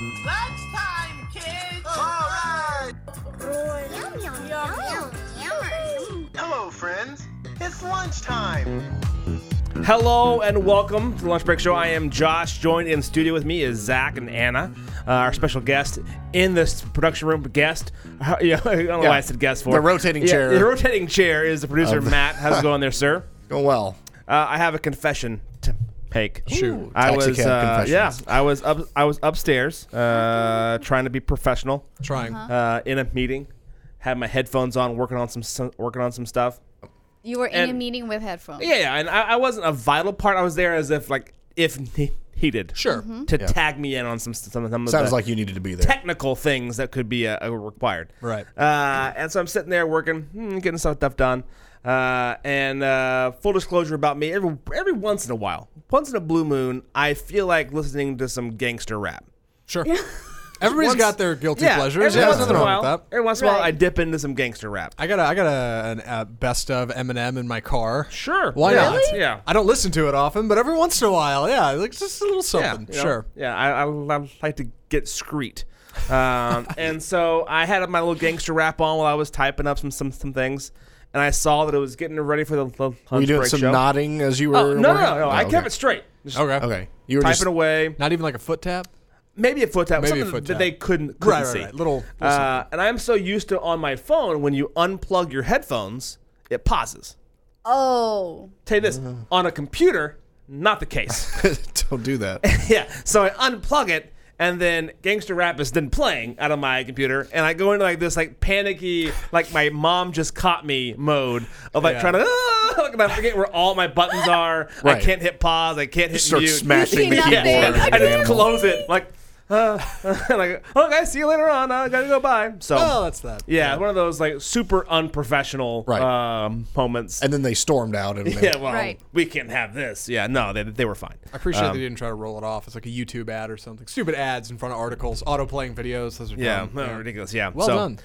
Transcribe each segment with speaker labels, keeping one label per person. Speaker 1: Lunchtime, kids!
Speaker 2: Yum, yum, yum, yum. Yummers.
Speaker 1: Hello, friends. It's lunchtime.
Speaker 3: Hello and welcome to the Lunch Break Show. I am Josh. Joined in studio with me is Zach and Anna, uh, our special guest in this production room. Guest, Uh, yeah, I don't know why I said guest for
Speaker 4: The rotating
Speaker 3: Yeah,
Speaker 4: chair. Um,
Speaker 3: The rotating chair is the producer Matt. How's it going there, sir?
Speaker 4: Oh well.
Speaker 3: Uh, I have a confession to make.
Speaker 4: Shoot.
Speaker 3: I
Speaker 4: Taxi
Speaker 3: was
Speaker 4: cab
Speaker 3: uh, yeah,
Speaker 4: confessions.
Speaker 3: I was up, I was upstairs uh, trying to be professional
Speaker 5: Trying.
Speaker 3: uh, in a meeting. Had my headphones on, working on some- some working on some stuff.
Speaker 6: You were in a
Speaker 3: And-
Speaker 6: meeting with headphones.
Speaker 3: Yeah, yeah, and I, I wasn't a vital part. I was there as if like if ne- needed.
Speaker 5: Sure.
Speaker 3: To tag me in on some some, some of
Speaker 4: Sounds
Speaker 3: the
Speaker 4: like you needed to be there.
Speaker 3: technical things that could be uh, uh, required.
Speaker 5: Right.
Speaker 3: Uh, and so I'm sitting there working, hmm, getting some stuff done. Uh, and uh, full disclosure about me, every every once in a while, once in a blue moon, I feel like listening to some gangster rap.
Speaker 5: Sure. Everybody's
Speaker 3: Once-
Speaker 5: got their guilty
Speaker 3: yeah,
Speaker 5: pleasures.
Speaker 3: Every
Speaker 5: Yeah,
Speaker 3: once
Speaker 5: there's
Speaker 3: in a
Speaker 5: nothing wrong
Speaker 3: while,
Speaker 5: with that.
Speaker 3: every once in a while,
Speaker 6: Right.
Speaker 3: I dip into some gangster rap.
Speaker 5: I got a, I got a, an, a best of Eminem in my car.
Speaker 3: Sure.
Speaker 5: Why
Speaker 3: yeah,
Speaker 5: not?
Speaker 3: that's- Yeah.
Speaker 5: I don't listen to it often, but every once in a while, yeah, like just a little something.
Speaker 3: you know?
Speaker 5: sure.
Speaker 3: Yeah, I, I, I like to get screet. Um, and so I had my little gangster rap on while I was typing up some some, some things, and I saw that it was getting ready for the, the lunch
Speaker 4: Were you doing
Speaker 3: break
Speaker 4: some
Speaker 3: show.
Speaker 4: nodding as you were?
Speaker 3: Oh, no, no,
Speaker 4: working?
Speaker 3: no, no,
Speaker 4: Oh,
Speaker 3: I
Speaker 4: okay.
Speaker 3: kept it straight. Just
Speaker 5: Okay.
Speaker 4: Okay. You were
Speaker 3: typing
Speaker 4: just
Speaker 3: away.
Speaker 5: Uh, Not even like a foot tap.
Speaker 3: Maybe a foot tap.
Speaker 5: Maybe a
Speaker 3: something
Speaker 5: foot
Speaker 3: that
Speaker 5: tap.
Speaker 3: they couldn't, couldn't
Speaker 5: right,
Speaker 3: see.
Speaker 5: right. Little- little
Speaker 3: uh, and I'm so used to on my phone when you unplug your headphones, it pauses.
Speaker 6: Oh.
Speaker 3: Tell you this
Speaker 5: Uh-huh.
Speaker 3: on a computer, not the case.
Speaker 4: don't do that.
Speaker 3: Yeah. So I unplug it, and then Gangster Rap is then playing out of my computer, and I go into like this like panicky, like my mom just caught me mode of like
Speaker 5: Yeah.
Speaker 3: trying to. "Ah," Like, and I forget where all my buttons are. I
Speaker 4: Right.
Speaker 3: can't hit pause. I can't hit
Speaker 4: Start
Speaker 3: mute.
Speaker 4: smashing the
Speaker 6: You see
Speaker 4: keyboard.
Speaker 6: nothing.
Speaker 5: Oh,
Speaker 3: I
Speaker 4: like an
Speaker 3: just
Speaker 4: animal.
Speaker 3: close it. Like, uh, like, oh, guys, see you later on. I gotta go. Bye. So,
Speaker 5: Oh, that's that.
Speaker 3: yeah, one of those like super unprofessional
Speaker 4: Right.
Speaker 3: um, moments.
Speaker 4: And then they stormed out. And
Speaker 3: yeah, well,
Speaker 6: Right.
Speaker 3: we can't have this. Yeah, no, they, they were fine.
Speaker 5: I appreciate
Speaker 4: Um,
Speaker 5: they didn't try to roll it off. It's like a YouTube ad or something. Stupid ads in front of articles, auto playing videos. Those are
Speaker 3: Yeah,
Speaker 5: dumb.
Speaker 3: no, ridiculous. Yeah,
Speaker 5: Um, Well
Speaker 3: so,
Speaker 5: done.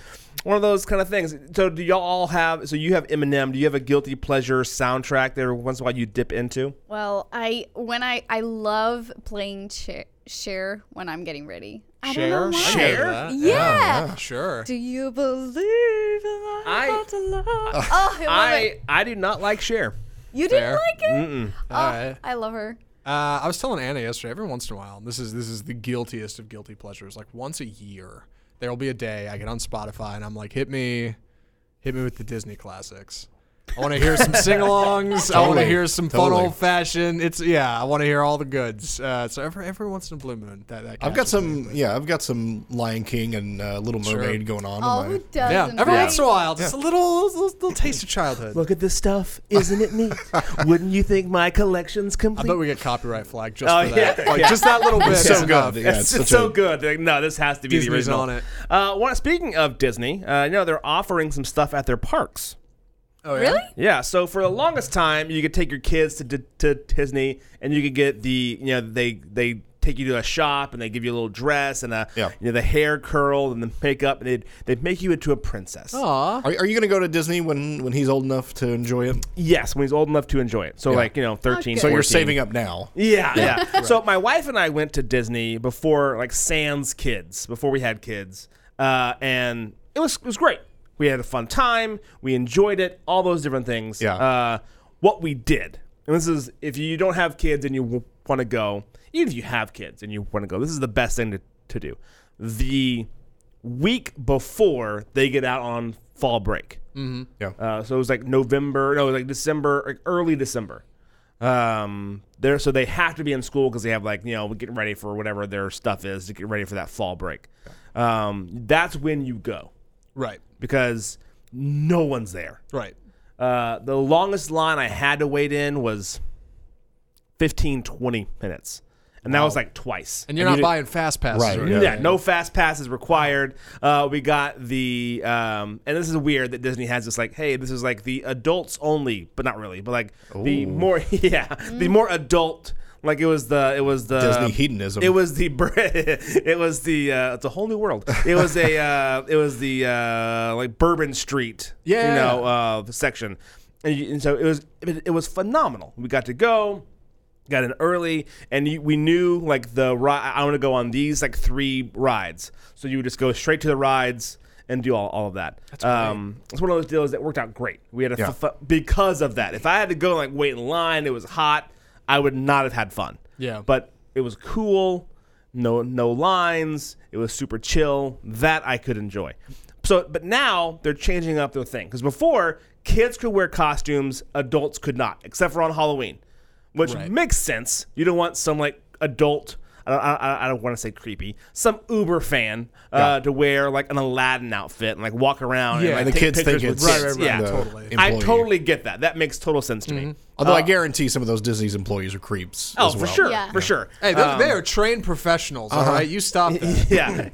Speaker 3: One of those kind of things. So, do y'all all have? So, you have Eminem. Do you have a guilty pleasure soundtrack that every once in a while you dip into?
Speaker 6: Well, I when I I love playing Cher, Cher when I'm getting ready. I
Speaker 5: Share,
Speaker 6: Don't know why.
Speaker 3: Cher?
Speaker 5: share. Oh,
Speaker 6: Yeah.
Speaker 4: Oh,
Speaker 5: Sure.
Speaker 6: Do you believe that
Speaker 3: I- Uh,
Speaker 6: I got to love? Oh, I love it.
Speaker 3: I I do not like Cher.
Speaker 6: You didn't
Speaker 5: Fair.
Speaker 6: like it? Oh,
Speaker 5: All right.
Speaker 6: I love her.
Speaker 5: Uh, I was telling Anna yesterday. Every once in a while, and this is this is the guiltiest of guilty pleasures. Like once a year, there will be a day I get on Spotify and I'm like, hit me, hit me with the Disney classics. I want to hear some sing-alongs. I want to
Speaker 4: Totally.
Speaker 5: hear some fun
Speaker 4: Totally.
Speaker 5: old-fashioned. It's yeah. I want to hear all the goods. Uh, so every every once in a blue moon, that, that
Speaker 4: I've got
Speaker 5: catches me.
Speaker 4: some. Yeah, I've got some Lion King and uh, Little Mermaid going on. in
Speaker 6: Oh,
Speaker 4: my-
Speaker 6: who
Speaker 5: Yeah,
Speaker 6: doesn't?
Speaker 5: every
Speaker 6: right?
Speaker 5: once in a while, just a little, little little taste of childhood.
Speaker 3: Look at this stuff. Isn't it neat? Wouldn't you think my collection's
Speaker 5: I
Speaker 3: complete?
Speaker 5: bet we get copyright flag just
Speaker 3: Oh,
Speaker 5: for that.
Speaker 3: yeah,
Speaker 5: Like
Speaker 3: yeah.
Speaker 5: just that little bit.
Speaker 4: It's so
Speaker 5: is enough.
Speaker 4: good. Yeah,
Speaker 3: it's,
Speaker 4: such
Speaker 3: it's so
Speaker 4: a-
Speaker 3: good. Like, no, this has to be
Speaker 5: Disney's
Speaker 3: the original.
Speaker 5: on it.
Speaker 3: Uh, well, speaking of Disney, uh, you know they're offering some stuff at their parks.
Speaker 5: Oh, yeah?
Speaker 6: Really?
Speaker 3: Yeah, so for the longest time, you could take your kids to, D- to Disney, and you could get the you know they they take you to a shop and they give you a little dress and a
Speaker 4: Yeah.
Speaker 3: you know the hair curl and the makeup and they they make you into a princess.
Speaker 5: Aw.
Speaker 4: Are, are you going to go to Disney when when he's old enough to enjoy it?
Speaker 3: Yes, when he's old enough to enjoy it. So like you know thirteen.
Speaker 6: good.
Speaker 4: So you're
Speaker 3: 14.
Speaker 4: saving up now.
Speaker 3: Yeah, yeah. So my wife and I went to Disney before like sans kids, before we had kids, uh, and it was it was great. We had a fun time. We enjoyed it. All those different things.
Speaker 4: Yeah.
Speaker 3: Uh, what we did, and this is if you don't have kids and you want to go, even if you have kids and you want to go, this is the best thing to, to do. The week before they get out on fall break.
Speaker 4: Yeah.
Speaker 3: Uh, so it was like November, no, it was like December, like early December. Um, there, so they have to be in school because they have like you know getting ready for whatever their stuff is to get ready for that fall break. Um, that's when you go
Speaker 5: Right.
Speaker 3: because no one's there.
Speaker 5: Right.
Speaker 3: Uh, the longest line I had to wait in was 15, 20 minutes, and that was like twice.
Speaker 5: And you're
Speaker 4: And
Speaker 5: not
Speaker 4: you-
Speaker 5: buying fast passes.
Speaker 4: Right,
Speaker 3: Yeah,
Speaker 4: Yeah,
Speaker 3: no fast passes required. Uh, we got the, um, and this is weird that Disney has this like, hey, this is like the adults only, but not really, but like the more, yeah, the more adult. Like it was the, it was the
Speaker 4: Disney hedonism.
Speaker 3: It was the, br- it was the, uh, it's a whole new world. It was a, uh, it was the uh, like Bourbon Street,
Speaker 5: Yeah.
Speaker 3: you know, uh, section, and, you, and so it was, it, it was phenomenal. We got to go got in early, and you, we knew like the ride. I want to go on these like three rides, so you would just go straight to the rides and do all, all of that. That's um, it's one of those deals that worked out great. We had a f- f- because of that. If I had to go like wait in line, it was hot. I would not have had fun.
Speaker 5: Yeah.
Speaker 3: but it was cool. No, no lines. It was super chill. That I could enjoy. So, but now they're changing up their thing because before kids could wear costumes, adults could not, except for on Halloween which
Speaker 5: Right.
Speaker 3: makes sense. You don't want some like adult. I don't, I, I don't want to say creepy. Some Uber fan uh, to wear like an Aladdin outfit and like walk around.
Speaker 5: Yeah,
Speaker 3: and, like,
Speaker 5: the
Speaker 3: take
Speaker 4: kids think
Speaker 3: pictures with
Speaker 4: it's-
Speaker 3: kids.
Speaker 4: Right,
Speaker 3: yeah,
Speaker 4: right, right, the
Speaker 3: totally. I
Speaker 4: employee.
Speaker 3: totally get that. That makes total sense to me.
Speaker 4: Although I guarantee some of those Disney's employees are creeps.
Speaker 3: Uh, Oh,
Speaker 4: as
Speaker 3: for
Speaker 4: well.
Speaker 3: sure,
Speaker 6: Yeah.
Speaker 3: for sure.
Speaker 5: Hey, those- they are trained professionals.
Speaker 3: uh-huh.
Speaker 5: all right, you stop that.
Speaker 3: yeah,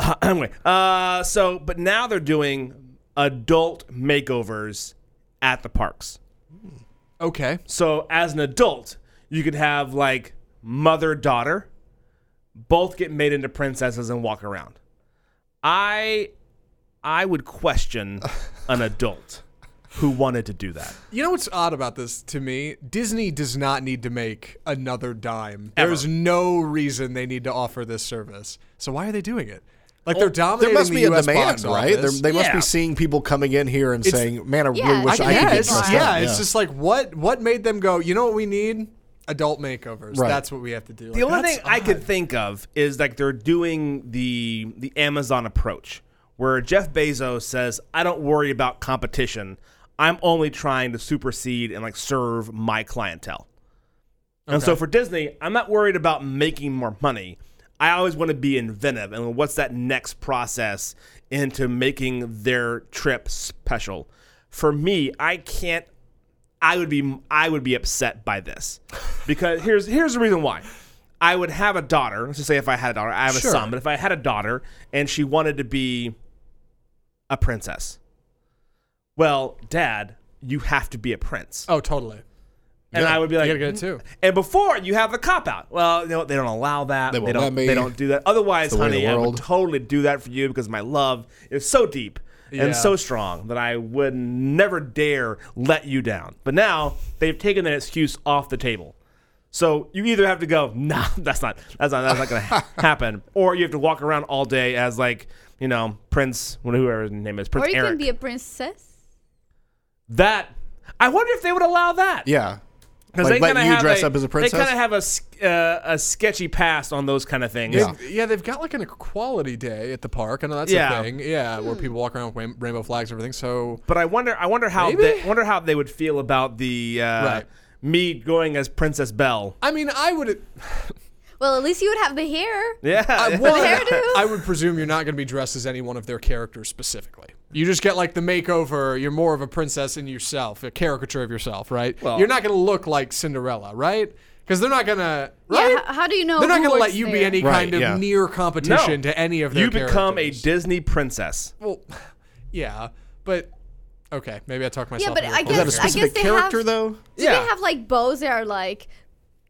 Speaker 3: yeah. anyway, uh, so but now they're doing adult makeovers at the parks.
Speaker 5: Okay.
Speaker 3: So as an adult, you could have like mother daughter, both get made into princesses and walk around. I I would question an adult who wanted to do that.
Speaker 5: You know what's odd about this to me? Disney does not need to make another dime.
Speaker 3: Ever.
Speaker 5: There's no reason they need to offer this service. So why are they doing it? Like they're dominating
Speaker 4: There must
Speaker 5: the
Speaker 4: be a
Speaker 5: US
Speaker 4: demand,
Speaker 5: box
Speaker 4: right? There,
Speaker 5: office.
Speaker 4: they must
Speaker 3: Yeah.
Speaker 4: be seeing people coming in here and saying, "Man, I
Speaker 6: Yeah,
Speaker 4: really wish
Speaker 6: I
Speaker 4: I,
Speaker 5: yeah,
Speaker 4: could get
Speaker 5: it's
Speaker 4: dressed
Speaker 5: just,
Speaker 4: up."
Speaker 5: yeah, it's just like what what made them go, you know what we need? Adult makeovers.
Speaker 4: Right.
Speaker 5: That's what we have to do.
Speaker 3: The only thing I could think of is like they're doing the the Amazon approach where Jeff Bezos says, "I don't worry about competition. I'm only trying to supersede and like serve my clientele." And so for Disney, I'm not worried about making more money. I always want to be inventive and what's that next process into making their trip special. For me, I can't I would be I would be upset by this because here's here's the reason why. I would have a daughter. Let's just say if I had a daughter, I have
Speaker 5: Sure.
Speaker 3: a son, but if I had a daughter and she wanted to be a princess, well, Dad, you have to be a prince,
Speaker 5: Oh, totally.
Speaker 3: and I would be like,
Speaker 5: you gotta get it too.
Speaker 3: and before you have the cop out. Well, you know, they don't allow that.
Speaker 4: They
Speaker 3: They,
Speaker 4: won't
Speaker 3: don't.
Speaker 4: let me.
Speaker 3: They don't do that. Otherwise,
Speaker 4: It's the way of
Speaker 3: honey,
Speaker 4: the
Speaker 3: I would
Speaker 4: world.
Speaker 3: totally do that for you because my love is so deep
Speaker 5: Yeah.
Speaker 3: and so strong that I would never dare let you down. But now they've taken that excuse off the table. So you either have to go, nah, that's not, that's not, that's not gonna ha- happen, or you have to walk around all day as like, you know, Prince, whoever his name is, Prince
Speaker 6: Or you
Speaker 3: Eric.
Speaker 6: can be a princess.
Speaker 3: that I wonder if they would allow that.
Speaker 4: yeah.
Speaker 3: Because
Speaker 4: Like,
Speaker 3: they
Speaker 4: let
Speaker 3: kinda
Speaker 4: you
Speaker 3: have
Speaker 4: dress
Speaker 3: a-
Speaker 4: up as a princess?
Speaker 3: They kind of have a, s- uh, a sketchy past on those kind of things.
Speaker 4: Yeah.
Speaker 5: Yeah, they've got like an equality day at the park. I know that's
Speaker 3: Yeah.
Speaker 5: a thing. Yeah,
Speaker 6: Hmm.
Speaker 5: where people walk around with rain- rainbow flags and everything. So
Speaker 3: But I wonder, I wonder how,
Speaker 5: Maybe?
Speaker 3: they, wonder how they would feel about the uh,
Speaker 5: Right.
Speaker 3: me going as Princess Belle.
Speaker 5: I mean, I would.
Speaker 6: Well, at least you would have the hair.
Speaker 3: Yeah,
Speaker 5: I,
Speaker 6: the
Speaker 5: one,
Speaker 6: hairdo.
Speaker 5: I would presume you're not going to be dressed as any one of their characters specifically. You just get like the makeover. You're more of a princess in yourself, a caricature of yourself, right?
Speaker 3: Well-
Speaker 5: you're not going to look like Cinderella, right? Because they're not going to. Right?
Speaker 6: Yeah. How, how do you know?
Speaker 5: they're not
Speaker 6: who
Speaker 5: going to let
Speaker 6: works
Speaker 5: you be
Speaker 6: there?
Speaker 5: any
Speaker 4: Right,
Speaker 5: kind of
Speaker 4: yeah.
Speaker 5: near competition to any of their.
Speaker 3: you become
Speaker 5: characters.
Speaker 3: a Disney princess.
Speaker 5: Well, yeah, but okay, maybe I talked myself.
Speaker 6: Yeah, but
Speaker 5: into
Speaker 6: I
Speaker 5: corner.
Speaker 6: guess
Speaker 4: Is that a
Speaker 6: I guess
Speaker 4: specific
Speaker 6: they
Speaker 4: character
Speaker 6: have-
Speaker 4: though?
Speaker 6: Do
Speaker 3: Yeah.
Speaker 6: they have like bows that are like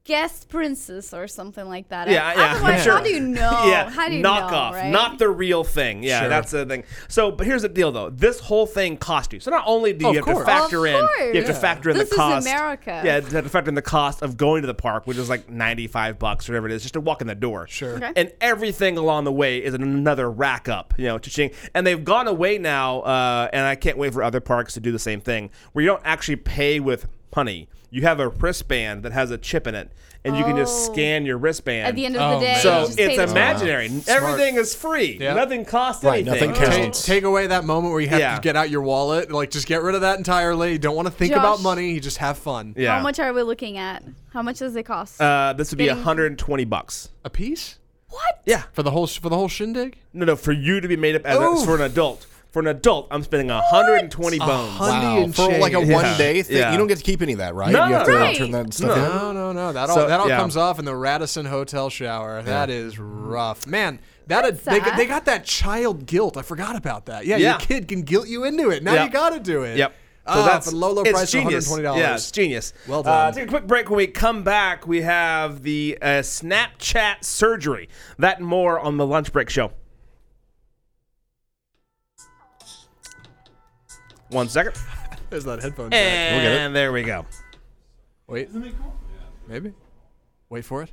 Speaker 6: guest princess or something like that?
Speaker 3: Yeah, yeah,
Speaker 6: Otherwise,
Speaker 3: sure.
Speaker 6: how do you know?
Speaker 3: yeah,
Speaker 6: How do you
Speaker 3: knock
Speaker 6: know?
Speaker 3: off,
Speaker 6: right?
Speaker 3: not the real thing. Yeah,
Speaker 5: Sure.
Speaker 3: that's the thing. So, but here's the deal though: this whole thing cost you. So not only do you
Speaker 5: Of
Speaker 3: have to
Speaker 5: course.
Speaker 3: factor
Speaker 6: Of
Speaker 3: in, you have to
Speaker 6: course.
Speaker 3: factor in
Speaker 6: This
Speaker 3: the
Speaker 6: is
Speaker 3: cost.
Speaker 6: America.
Speaker 3: Yeah, you have to factor in the cost of going to the park, which is like ninety-five bucks or whatever it is, just to walk in the door.
Speaker 5: Sure.
Speaker 6: Okay.
Speaker 3: And everything along the way is another rack up, you know, cha-ching. And they've gone away now, uh, and I can't wait for other parks to do the same thing, where you don't actually pay with money. You have a wristband that has a chip in it, and you can just
Speaker 6: Oh.
Speaker 3: scan your wristband.
Speaker 6: At the end of
Speaker 5: Oh,
Speaker 6: the day,
Speaker 5: man.
Speaker 3: So
Speaker 6: you
Speaker 3: it's
Speaker 6: just pay the toll.
Speaker 3: imaginary. Everything is free.
Speaker 5: Yeah.
Speaker 3: Nothing costs
Speaker 4: Right,
Speaker 3: anything.
Speaker 4: nothing counts.
Speaker 5: Ta- take away that moment where you have
Speaker 3: Yeah.
Speaker 5: to get out your wallet. Like, just get rid of that entirely. Don't want to think
Speaker 6: Josh.
Speaker 5: about money. You just have fun.
Speaker 3: Yeah.
Speaker 6: How much are we looking at? How much does it cost?
Speaker 3: Uh, this would be
Speaker 6: Getting-
Speaker 3: 120 bucks.
Speaker 5: A piece
Speaker 6: what?
Speaker 3: Yeah.
Speaker 5: for the whole for the whole shindig.
Speaker 3: No, no. For you to be made up as
Speaker 5: Oof.
Speaker 3: a, for an adult. For an adult, I'm spending 120 bones.
Speaker 5: hun- Bundy and
Speaker 4: for like a
Speaker 5: Shane.
Speaker 4: one
Speaker 3: Yeah.
Speaker 4: day thing,
Speaker 3: Yeah.
Speaker 4: you don't get to keep any of that, right?
Speaker 3: No,
Speaker 4: you have to
Speaker 6: Right.
Speaker 4: turn that
Speaker 3: No.
Speaker 4: stuff in.
Speaker 5: No, no, no. That all
Speaker 3: So,
Speaker 5: that all
Speaker 3: yeah.
Speaker 5: comes off in the Radisson Hotel shower. That is rough, man. That
Speaker 6: That's
Speaker 5: they,
Speaker 6: sad.
Speaker 5: they got that child guilt. I forgot about that. Yeah,
Speaker 3: Yeah.
Speaker 5: your kid can guilt you into it. Now
Speaker 3: Yeah.
Speaker 5: you got to do it.
Speaker 3: Yep.
Speaker 5: So that's a Ah, low, low
Speaker 3: it's
Speaker 5: price
Speaker 3: genius.
Speaker 5: of $120.
Speaker 3: Yeah, it's genius.
Speaker 5: Well
Speaker 3: Uh,
Speaker 5: done.
Speaker 3: take a quick break. When we come back, we have the uh, Snapchat surgery. That and more on the lunch break show. One second. Eh.
Speaker 5: There's that headphone jack.
Speaker 3: And there we go.
Speaker 5: Wait. Maybe. Wait for it.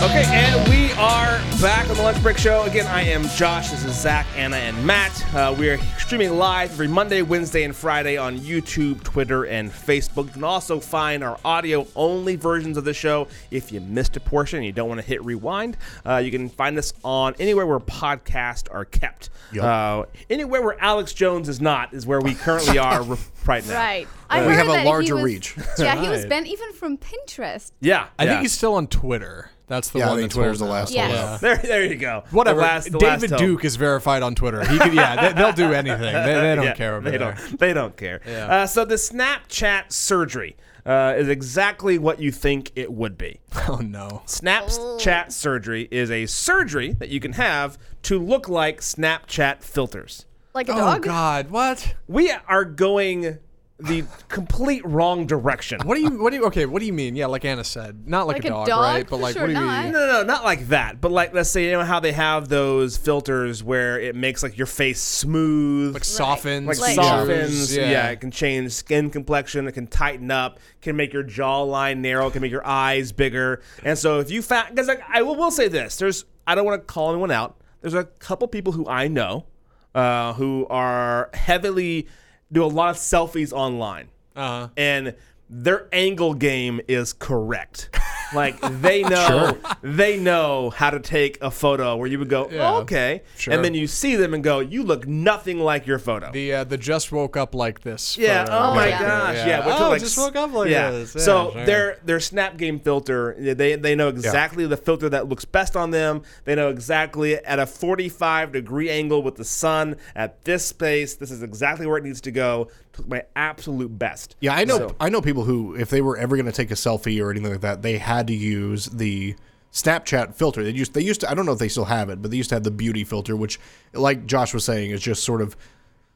Speaker 3: Okay, and we are back on the Lunch Break Show. Again, I am Josh. This is Zach, Anna, and Matt. Uh, we are streaming live every Monday, Wednesday, and Friday on YouTube, Twitter, and Facebook. You can also find our audio only versions of the show if you missed a portion and you don't want to hit rewind. Uh, you can find us on anywhere where podcasts are kept.
Speaker 4: Yup.
Speaker 3: Uh, anywhere where Alex Jones is not is where we currently are r- right now.
Speaker 6: Right. I
Speaker 4: We
Speaker 6: heard
Speaker 4: have a
Speaker 6: that he
Speaker 4: larger
Speaker 6: was-
Speaker 4: reach.
Speaker 6: Yeah, he was
Speaker 3: Right.
Speaker 6: banned even from Pinterest.
Speaker 3: Yeah.
Speaker 5: I
Speaker 3: yeah.
Speaker 5: think he's still on Twitter. That's the
Speaker 4: Yeah, I
Speaker 5: one.
Speaker 4: think
Speaker 5: that's
Speaker 4: Twitter's the
Speaker 5: holding
Speaker 4: last
Speaker 5: out.
Speaker 6: Yes.
Speaker 4: holdout.
Speaker 3: There, there you go.
Speaker 5: Whatever.
Speaker 3: The last, the
Speaker 5: David
Speaker 3: last hope.
Speaker 5: Duke is verified on Twitter. He could, yeah, they, they'll do anything. They, they don't
Speaker 3: Yeah,
Speaker 5: care over
Speaker 3: they
Speaker 5: there.
Speaker 3: Don't, they don't care.
Speaker 5: Yeah.
Speaker 3: Uh, so the Snapchat surgery uh, is exactly what you think it would be.
Speaker 5: Oh no.
Speaker 3: Snapchat surgery is a surgery that you can have to look like Snapchat filters.
Speaker 6: Like a
Speaker 5: Oh
Speaker 6: dog.
Speaker 5: God. What?
Speaker 3: We are going the complete wrong direction.
Speaker 5: What do you? What do you? Okay. What do you mean? Yeah, like Anna said, not like,
Speaker 6: Like
Speaker 5: a,
Speaker 6: a
Speaker 5: dog,
Speaker 6: dog?
Speaker 5: right? But
Speaker 6: For
Speaker 5: like,
Speaker 6: sure
Speaker 5: what do you
Speaker 6: not.
Speaker 5: mean?
Speaker 3: No, no, no, not like that. But like, let's say you know how they have those filters where it makes like your face smooth,
Speaker 5: Like softens,
Speaker 3: like
Speaker 6: Like-
Speaker 3: softens.
Speaker 5: features,
Speaker 3: Yeah. it can change skin complexion. It can tighten up. Can make your jawline narrow. Can make your eyes bigger. And so if you fat, because like, I will, will say this, there's I don't want to call anyone out. There's a couple people who I know uh, who are heavily do a lot of selfies online,
Speaker 5: Uh-huh.
Speaker 3: and their angle game is correct. Like they know, they know how to take a photo where you would go,
Speaker 5: Yeah.
Speaker 3: oh, okay,
Speaker 5: Sure.
Speaker 3: and then you see them and go, you look nothing like your photo.
Speaker 5: The uh, the just woke up like this. uh,
Speaker 3: Yeah.
Speaker 5: photo.
Speaker 3: Oh my
Speaker 6: Yeah.
Speaker 3: gosh. Yeah. which
Speaker 5: oh,
Speaker 3: are like
Speaker 5: just
Speaker 3: s-
Speaker 5: woke up like
Speaker 3: yeah.
Speaker 5: this.
Speaker 3: so
Speaker 5: sure.
Speaker 3: their their snap game filter, they they know exactly the filter that looks best on them. They know exactly at a 45 degree angle with the sun at this space. This is exactly where it needs to go. Took my absolute best.
Speaker 4: Yeah, I know.
Speaker 3: So-
Speaker 4: I know people who, if they were ever going to take a selfie or anything like that, they had to use the Snapchat filter. They used. They used to. I don't know if they still have it, but they used to have the beauty filter, which, like Josh was saying, is just sort of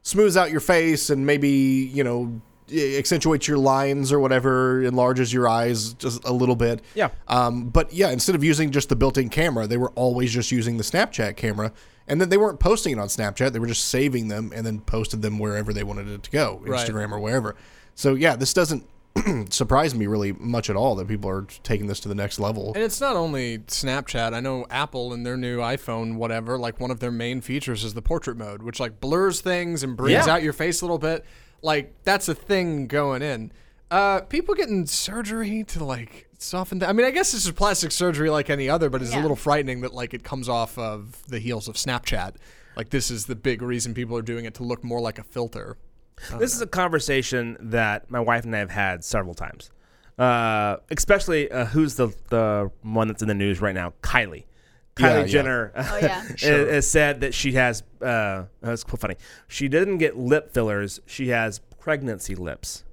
Speaker 4: smooths out your face and maybe you know i- accentuates your lines or whatever, enlarges your eyes just a little bit.
Speaker 3: Yeah.
Speaker 4: Um, but yeah, instead of using just the built-in camera, they were always just using the Snapchat camera. And then they weren't posting it on Snapchat. They were just saving them and then posted them wherever they wanted it to go,
Speaker 5: Right.
Speaker 4: Instagram or wherever. So yeah, this doesn't surprise me really much at all that people are taking this to the next level.
Speaker 5: And it's not only Snapchat. I know Apple and their new iPhone, whatever, like one of their main features is the portrait mode, which like blurs things and brings
Speaker 3: Yeah.
Speaker 5: out your face a little bit. Like that's a thing going in. Uh, people getting surgery to like soften that. I mean, I guess this is plastic surgery like any other, but it's a
Speaker 6: Yeah.
Speaker 5: little frightening that like it comes off of the heels of Snapchat. Like this is the big reason people are doing it to look more like a filter.
Speaker 3: This is a conversation that my wife and I have had several times. Uh, especially uh, who's the the one that's in the news right now? Kylie. Kylie
Speaker 4: yeah.
Speaker 3: Jenner oh,
Speaker 6: yeah.
Speaker 3: has said that she has. Uh, that's quite funny. She didn't get lip fillers. She has pregnancy lips,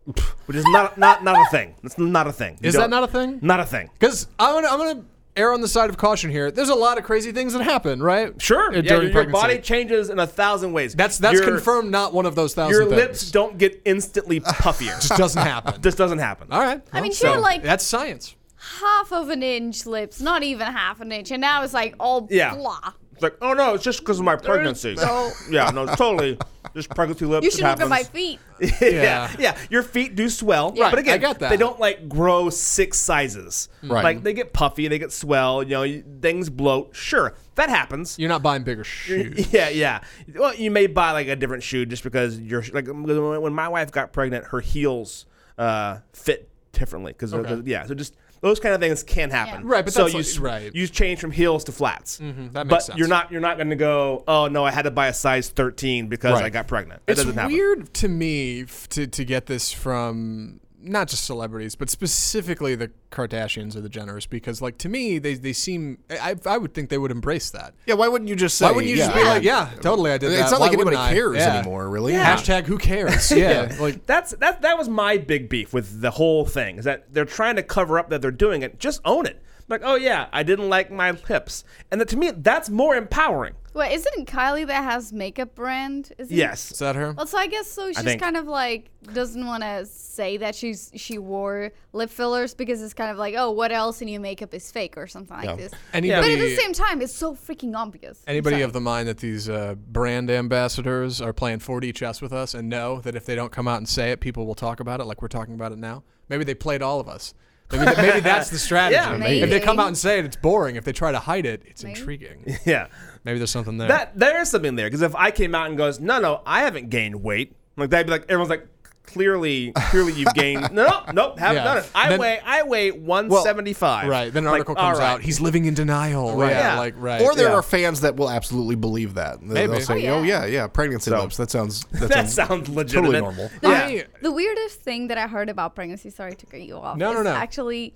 Speaker 3: which is not not not a thing. That's not a thing. You
Speaker 5: Is that
Speaker 3: don't-
Speaker 5: not a thing?
Speaker 3: Not a thing.
Speaker 5: Because I'm gonna, I'm gonna err on the side of caution here. There's a lot of crazy things that happen, right?
Speaker 3: Sure.
Speaker 5: Uh,
Speaker 3: Yeah, your,
Speaker 5: during
Speaker 3: your body
Speaker 5: pregnancy.
Speaker 3: changes in a thousand ways.
Speaker 5: That's that's
Speaker 3: Your-
Speaker 5: confirmed. Not one of those thousand.
Speaker 3: Your
Speaker 5: things.
Speaker 3: lips don't get instantly puffier.
Speaker 5: just doesn't happen.
Speaker 3: this doesn't happen.
Speaker 5: All right.
Speaker 6: I mean,
Speaker 5: Well,
Speaker 6: sure, like
Speaker 5: that's science.
Speaker 6: half of an inch lips, not even half an inch, and now it's like all
Speaker 3: Yeah.
Speaker 6: blah.
Speaker 3: It's like, oh no, it's just because of my pregnancy.
Speaker 6: no-
Speaker 3: yeah, no, totally. Just pregnancy lips.
Speaker 6: You
Speaker 3: it
Speaker 6: should look at my
Speaker 3: happens.
Speaker 6: feet.
Speaker 3: yeah, yeah. Your feet do swell,
Speaker 6: Yeah.
Speaker 3: but again,
Speaker 5: I got that. Hmm.
Speaker 3: they don't like grow six sizes.
Speaker 4: Right.
Speaker 3: Like they get puffy, they get swell. You know, you- things bloat. Sure, that happens.
Speaker 5: You're not buying bigger shoes.
Speaker 3: Yeah, yeah. Well, you may buy like a different shoe just because you're like when my wife got pregnant, her heels uh, fit differently because yeah. So just those kind of things can happen.
Speaker 5: Right, but
Speaker 3: so
Speaker 5: that's
Speaker 3: you
Speaker 5: like-
Speaker 3: s-
Speaker 5: right. Mm-hmm,
Speaker 3: you change from heels to flats.
Speaker 5: that
Speaker 3: but
Speaker 5: makes sense.
Speaker 3: you're not you're not going to go. Oh no, I had to buy a size 13 because
Speaker 4: Right.
Speaker 3: I got pregnant. It
Speaker 5: it's
Speaker 3: doesn't happen.
Speaker 5: weird to me f- to to get this from not just celebrities, but specifically the Kardashians or the Jenners, because like to me they they seem I I would think they would embrace that.
Speaker 4: Yeah, why wouldn't you just say?
Speaker 5: Why wouldn't you just be
Speaker 4: I-
Speaker 5: like, yeah, totally, I did that.
Speaker 4: It's not
Speaker 5: Why
Speaker 4: like anybody
Speaker 5: wouldn't I?
Speaker 4: cares
Speaker 5: Yeah.
Speaker 4: anymore, really.
Speaker 5: Hashtag who cares? Yeah, like
Speaker 3: That's that that was my big beef with the whole thing is that they're trying to cover up that they're doing it. Just own it. Like, oh yeah, I didn't like my lips. And that to me that's more empowering.
Speaker 6: Well, isn't Kylie that has makeup brand? Isn't
Speaker 3: Yes.
Speaker 5: is that her?
Speaker 6: Well, so I guess so. She's
Speaker 3: think-
Speaker 6: kind of like doesn't want to say that she's she wore lip fillers because it's kind of like, oh, what else in your makeup is fake or something like this.
Speaker 5: Anybody?
Speaker 6: But at the same time, it's so freaking obvious. I'm
Speaker 5: Anybody
Speaker 6: sorry.
Speaker 5: of the mind that these uh, brand ambassadors are playing 4D chess with us and know that if they don't come out and say it, people will talk about it like we're talking about it now? Maybe they played all of us. Maybe, th- maybe that's the strategy.
Speaker 3: Yeah,
Speaker 6: Maybe.
Speaker 5: If they come
Speaker 6: maybe.
Speaker 5: out and say it, it's boring. If they try to hide it, it's intriguing.
Speaker 3: Yeah.
Speaker 5: Maybe there's something there.
Speaker 3: That there is something there because if I came out and goes, no, no, I haven't gained weight. Like that'd be like everyone's like, clearly, clearly you've gained. No, no, nope, haven't
Speaker 5: Yeah.
Speaker 3: done it. I
Speaker 5: Then-
Speaker 3: weigh I weigh one seventy five.
Speaker 5: right. Then an article comes out. He's living in denial.
Speaker 4: Right.
Speaker 5: Yeah,
Speaker 3: Yeah.
Speaker 5: Like right.
Speaker 4: Or there
Speaker 3: Yeah.
Speaker 4: are fans that will absolutely believe that. They-
Speaker 5: Maybe.
Speaker 4: They'll say,
Speaker 6: Oh,
Speaker 4: oh,
Speaker 6: yeah.
Speaker 4: yeah, yeah, pregnancy lips. That sounds that,
Speaker 3: That
Speaker 4: sounds,
Speaker 3: sounds legitimate.
Speaker 4: totally normal.
Speaker 3: Yeah.
Speaker 6: The weirdest thing that I heard about pregnancy, sorry to cut you off.
Speaker 5: No, no,
Speaker 6: is
Speaker 5: no.
Speaker 6: Actually,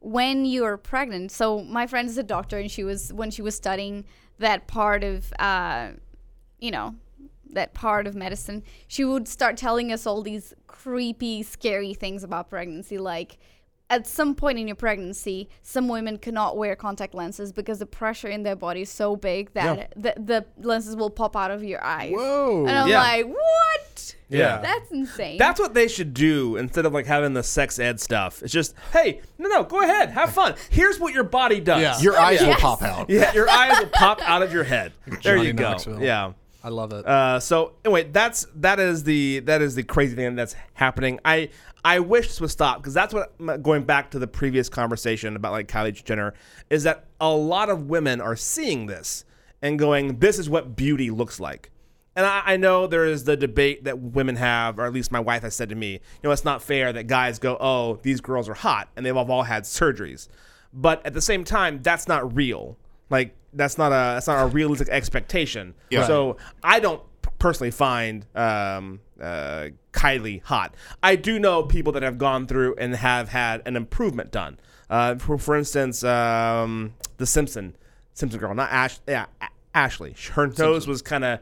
Speaker 6: when you're pregnant, so my friend is a doctor, and she was when she was studying that part of, uh, you know, that part of medicine, she would start telling us all these creepy, scary things about pregnancy, like. At some point in your pregnancy, some women cannot wear contact lenses because the pressure in their body is so big that the, the lenses will pop out of your eyes.
Speaker 5: Whoa.
Speaker 6: And I'm
Speaker 3: Yeah.
Speaker 6: like, what?
Speaker 3: Yeah.
Speaker 6: That's insane.
Speaker 3: That's what they should do instead of like having the sex ed stuff. It's just, hey, no, no, go ahead, have fun. Here's what your body does.
Speaker 5: Yeah.
Speaker 4: Your eyes will
Speaker 6: Yes.
Speaker 4: pop out.
Speaker 3: Yeah, your eyes will pop out of your head. There
Speaker 5: Johnny
Speaker 3: you go.
Speaker 5: Knoxville.
Speaker 3: Yeah.
Speaker 5: I love it.
Speaker 3: Uh, so anyway, that's that is the that is the crazy thing that's happening. I I wish this would stop because that's what m- going back to the previous conversation about like Kylie Jenner is that a lot of women are seeing this and going, this is what beauty looks like. And I, I know there is the debate that women have, or at least my wife has said to me, you know, it's not fair that guys go, oh, these girls are hot, and they've all had surgeries. But at the same time, that's not real. Like that's not a that's not a realistic expectation.
Speaker 4: Yeah.
Speaker 3: So I don't personally find um, uh, Kylie hot. I do know people that have gone through and have had an improvement done. Uh, for, for instance, um, the Simpson Simpson girl, not Ash, yeah, A- Ashley. Her nose was kind of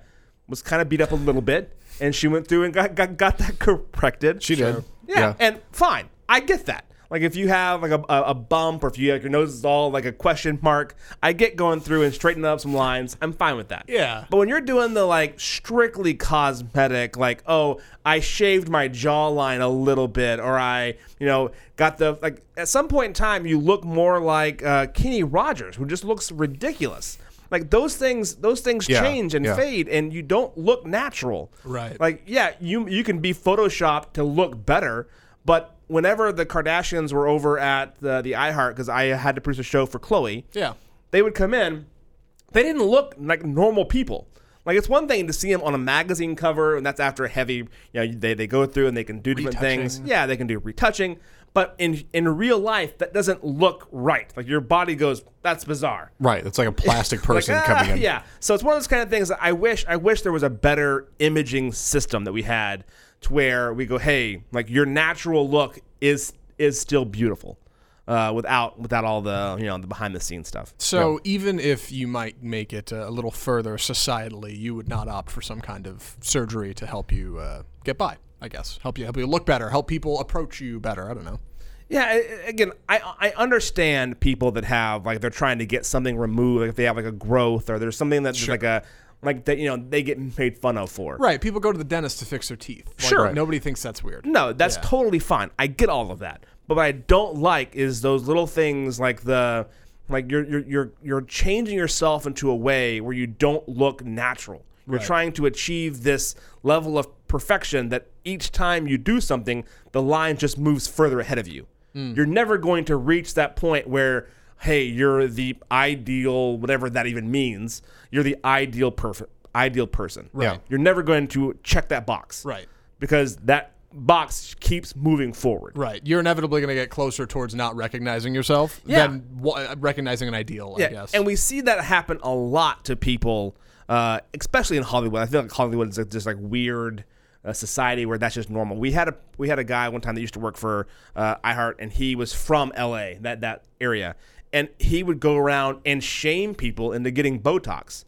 Speaker 3: was kind of beat up a little bit, and she went through and got got, got that corrected.
Speaker 4: She did.
Speaker 3: Yeah, and fine, I get that. Like if you have like a, a, a bump or if you like your nose is all like a question mark, I get going through and straightening up some lines. I'm fine with that.
Speaker 5: Yeah.
Speaker 3: But when you're doing the like strictly cosmetic, like oh I shaved my jawline a little bit or I you know got the like at some point in time you look more like uh, Kenny Rogers who just looks ridiculous. Like those things, those things
Speaker 4: Yeah,
Speaker 3: change and
Speaker 4: yeah.
Speaker 3: fade, and you don't look natural.
Speaker 5: Right.
Speaker 3: Like like yeah you you can be photoshopped to look better but whenever the kardashians were over at the, the iheart because i had to produce a show for chloe
Speaker 5: yeah.
Speaker 3: they would come in they didn't look like normal people like it's one thing to see them on a magazine cover and that's after a heavy you know they, they go through and they can do different things
Speaker 5: Retouching.
Speaker 3: yeah they can do retouching but in in real life that doesn't look right like your body goes that's bizarre
Speaker 4: Right. It's like a plastic person
Speaker 3: like, "Ah,"
Speaker 4: coming in.
Speaker 3: Yeah. So it's one of those kind of things that I wish I wish there was a better imaging system that we had to where we go, hey, like your natural look is is still beautiful. Uh, without without all the you know the behind the scenes stuff.
Speaker 5: So even if you might make it uh, a little further societally, you would not opt for some kind of surgery to help you uh, get by. I guess help you help you look better, help people approach you better. I don't know.
Speaker 3: Yeah, I- I- again, I I understand people that have like they're trying to get something removed, like if they have like a growth or there's something that's like a like that you know they get made fun of for.
Speaker 5: Right? People go to the dentist to fix their teeth. Like,
Speaker 3: Sure.
Speaker 5: Nobody thinks that's weird.
Speaker 3: No, that's totally fine. I get all of that. But what I don't like is those little things like the Like you're you're you're you're changing yourself into a way where you don't look natural. You're trying to achieve this level of perfection that each time you do something, the line just moves further ahead of you.
Speaker 5: Hmm.
Speaker 3: You're never going to reach that point where hey, you're the ideal whatever that even means. You're the ideal perfect ideal person.
Speaker 4: Right. Yeah.
Speaker 3: You're never going to check that box.
Speaker 5: Right.
Speaker 3: Because that box keeps moving forward.
Speaker 5: Right. You're inevitably going to get closer towards not recognizing yourself
Speaker 3: Yeah.
Speaker 5: than wa- uh, recognizing an ideal, I guess.
Speaker 3: And we see that happen a lot to people, uh, especially in Hollywood. I feel like Hollywood is like, this like weird uh, society where that's just normal. We had a we had a guy one time that used to work for uh, iHeart, and he was from L.A. that that area, and he would go around and shame people into getting Botox.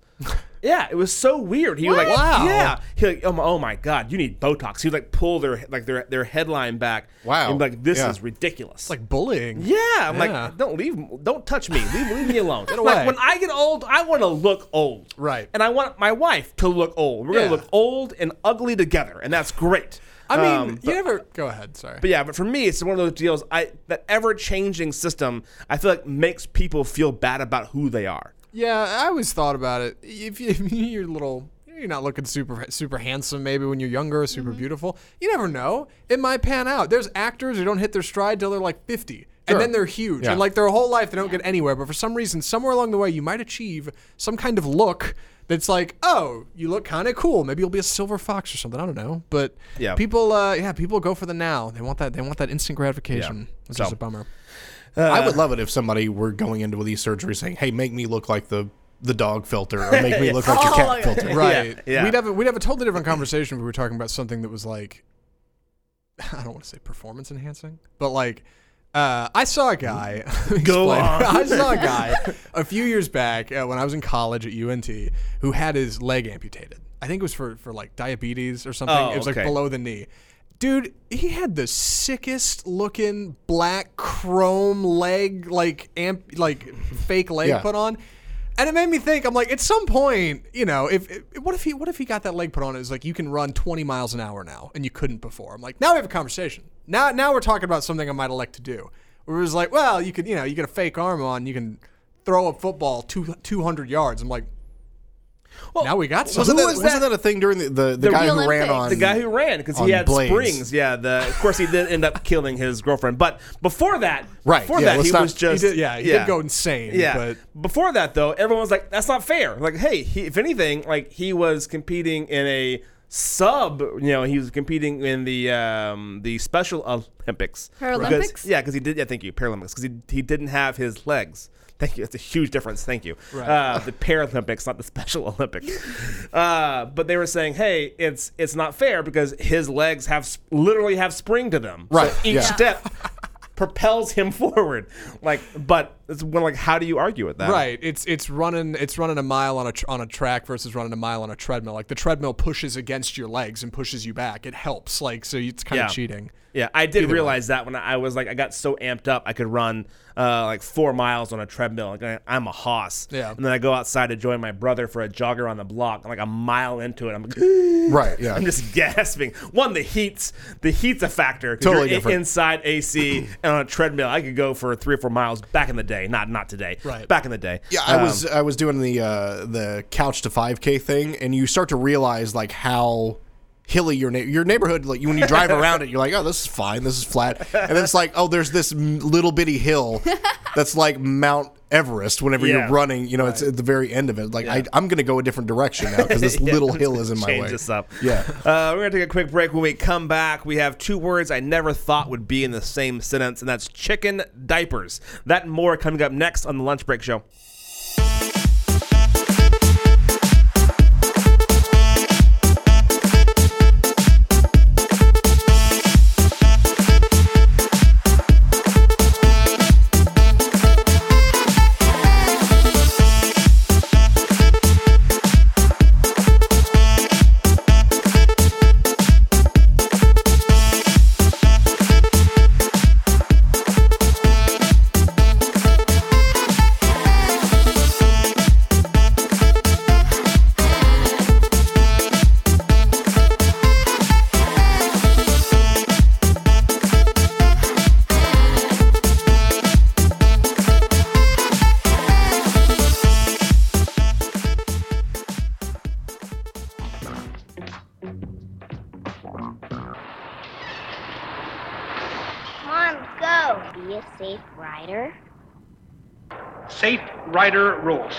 Speaker 3: Yeah, it was so weird. He was like,
Speaker 5: Wow.
Speaker 3: yeah." He like, "Oh my, oh my god, you need Botox." He would like pull their like their their headline back.
Speaker 4: Wow.
Speaker 3: and be like this
Speaker 4: Yeah.
Speaker 3: is ridiculous.
Speaker 5: like bullying.
Speaker 3: Yeah, I'm
Speaker 5: Yeah.
Speaker 3: like, don't leave, don't touch me, leave, leave me alone. Get
Speaker 5: away.
Speaker 3: Like, when I get old, I want to look old,
Speaker 5: Right.
Speaker 3: And I want my wife to look old. We're
Speaker 5: Yeah.
Speaker 3: gonna look old and ugly together, and that's great.
Speaker 5: I mean,
Speaker 3: Um,
Speaker 5: you
Speaker 3: but,
Speaker 5: never. Go ahead. Sorry.
Speaker 3: but yeah, but for me, it's one of those deals. I that ever changing system, I feel like makes people feel bad about who they are.
Speaker 5: Yeah, I always thought about it. If, you, if you're little, you're not looking super super handsome maybe when you're younger, super
Speaker 3: Mm-hmm.
Speaker 5: beautiful. You never know. It might pan out. There's actors who don't hit their stride till they're like 50. And then they're huge.
Speaker 4: Yeah.
Speaker 5: And like their whole life they don't get anywhere, but for some reason somewhere along the way you might achieve some kind of look that's like, "Oh, you look kind of cool. Maybe you'll be a silver fox or something. I don't know." But
Speaker 3: Yeah.
Speaker 5: people uh, yeah, people go for the now. They want that they want that instant gratification,
Speaker 3: Yeah.
Speaker 5: which
Speaker 3: So-
Speaker 5: is a bummer. Uh,
Speaker 4: I would love it if somebody were going into these surgeries saying, "Hey, make me look like the the dog filter, or make me look like your
Speaker 6: Oh,
Speaker 4: cat
Speaker 6: yeah.
Speaker 4: filter."
Speaker 5: Right.
Speaker 3: yeah.
Speaker 5: We'd have a, we'd have a totally different conversation if we were talking about something that was like I don't want to say performance enhancing, but like uh, I saw a guy.
Speaker 3: Go
Speaker 5: Explain.
Speaker 3: on.
Speaker 5: I saw a guy a few years back uh, when I was in college at UNT who had his leg amputated. I think it was for for like diabetes or something.
Speaker 3: Oh,
Speaker 5: it was
Speaker 3: okay.
Speaker 5: like below the knee. Dude, he had the sickest looking black chrome leg, like amp, like fake leg
Speaker 4: Yeah.
Speaker 5: put on. And it made me think. I'm like, at some point, you know, if, if- what if he what if he got that leg put on? It's like you can run 20 miles an hour now, and you couldn't before. I'm like, now we have a conversation. Now now we're talking about something I might elect to do. Where it was like, well, you could you know you get a fake arm on, you can throw a football two, 200 yards. I'm like, well, now we got
Speaker 4: Wasn't,
Speaker 5: something.
Speaker 4: that, wasn't that a thing during the the, the, guy
Speaker 6: The
Speaker 4: who ran
Speaker 6: Olympics.
Speaker 4: on
Speaker 3: The guy who ran because
Speaker 4: on
Speaker 3: he had
Speaker 4: blades.
Speaker 3: springs. Yeah, the of course he did end up killing his girlfriend, but before that,
Speaker 4: Right,
Speaker 3: Before
Speaker 4: yeah,
Speaker 3: that,
Speaker 4: let's
Speaker 3: he
Speaker 4: not-
Speaker 3: was
Speaker 4: he
Speaker 5: He
Speaker 3: just
Speaker 5: did- yeah, he did go insane.
Speaker 3: Yeah.
Speaker 5: but
Speaker 3: Before that, though, everyone was like, "That's not fair." Like, hey, he, if anything, like he was competing in a sub. You know, he was competing in the um, the Special Olympics.
Speaker 6: Paralympics?
Speaker 3: Because- yeah, because he did. Yeah, thank you, Paralympics. Because he, he didn't have his legs. Thank you. That's a huge difference. Thank you. Uh, the Paralympics, not the Special Olympics. uh, but they were saying, hey, it's it's not fair because his legs have sp- literally have spring to them. So
Speaker 4: Right,
Speaker 3: each
Speaker 4: yeah.
Speaker 3: step propels him forward. Like, but it's when like, how do you argue with that?
Speaker 5: Right. It's it's running it's running a mile on a tr- on a track versus running a mile on a treadmill. Like the treadmill pushes against your legs and pushes you back. It helps. Like so it's kind
Speaker 3: Yeah.
Speaker 5: of cheating.
Speaker 3: Yeah, I did realize that when I was like, I got so amped up, I could run uh, like four miles on a treadmill. Like I, I'm a hoss.
Speaker 5: Yeah.
Speaker 3: And then I go outside to join my brother for a jogger on the block. I'm like a mile into it. I'm like,
Speaker 4: right yeah
Speaker 3: I'm just gasping. One, the heat's the heat's a factor. 'cause
Speaker 4: Totally
Speaker 3: i-
Speaker 4: different.
Speaker 3: inside AC and on a treadmill. I could go for three or four miles back in the day. Not not today.
Speaker 5: Right.
Speaker 3: Back in the day.
Speaker 4: Yeah, I was
Speaker 3: Um,
Speaker 4: I was doing the uh, the couch to 5K thing, and you start to realize like how hilly your na- your neighborhood like when you drive around it, you're like, oh, this is fine, this is flat, and then it's like, oh, there's this m- little bitty hill that's like Mount Everest. Whenever
Speaker 3: Yeah.
Speaker 4: you're running, you know, it's at the very end of it. Like I, I'm gonna go a different direction now because this
Speaker 3: Yeah,
Speaker 4: little
Speaker 3: let's
Speaker 4: hill is in my
Speaker 3: change
Speaker 4: way.
Speaker 3: this up.
Speaker 4: Yeah.
Speaker 3: Uh, we're gonna take a quick break. When we come back, we have two words I never thought would be in the same sentence, and that's chicken diapers. That and more coming up next on the lunch break show.
Speaker 2: be a safe rider?
Speaker 7: Safe rider rules.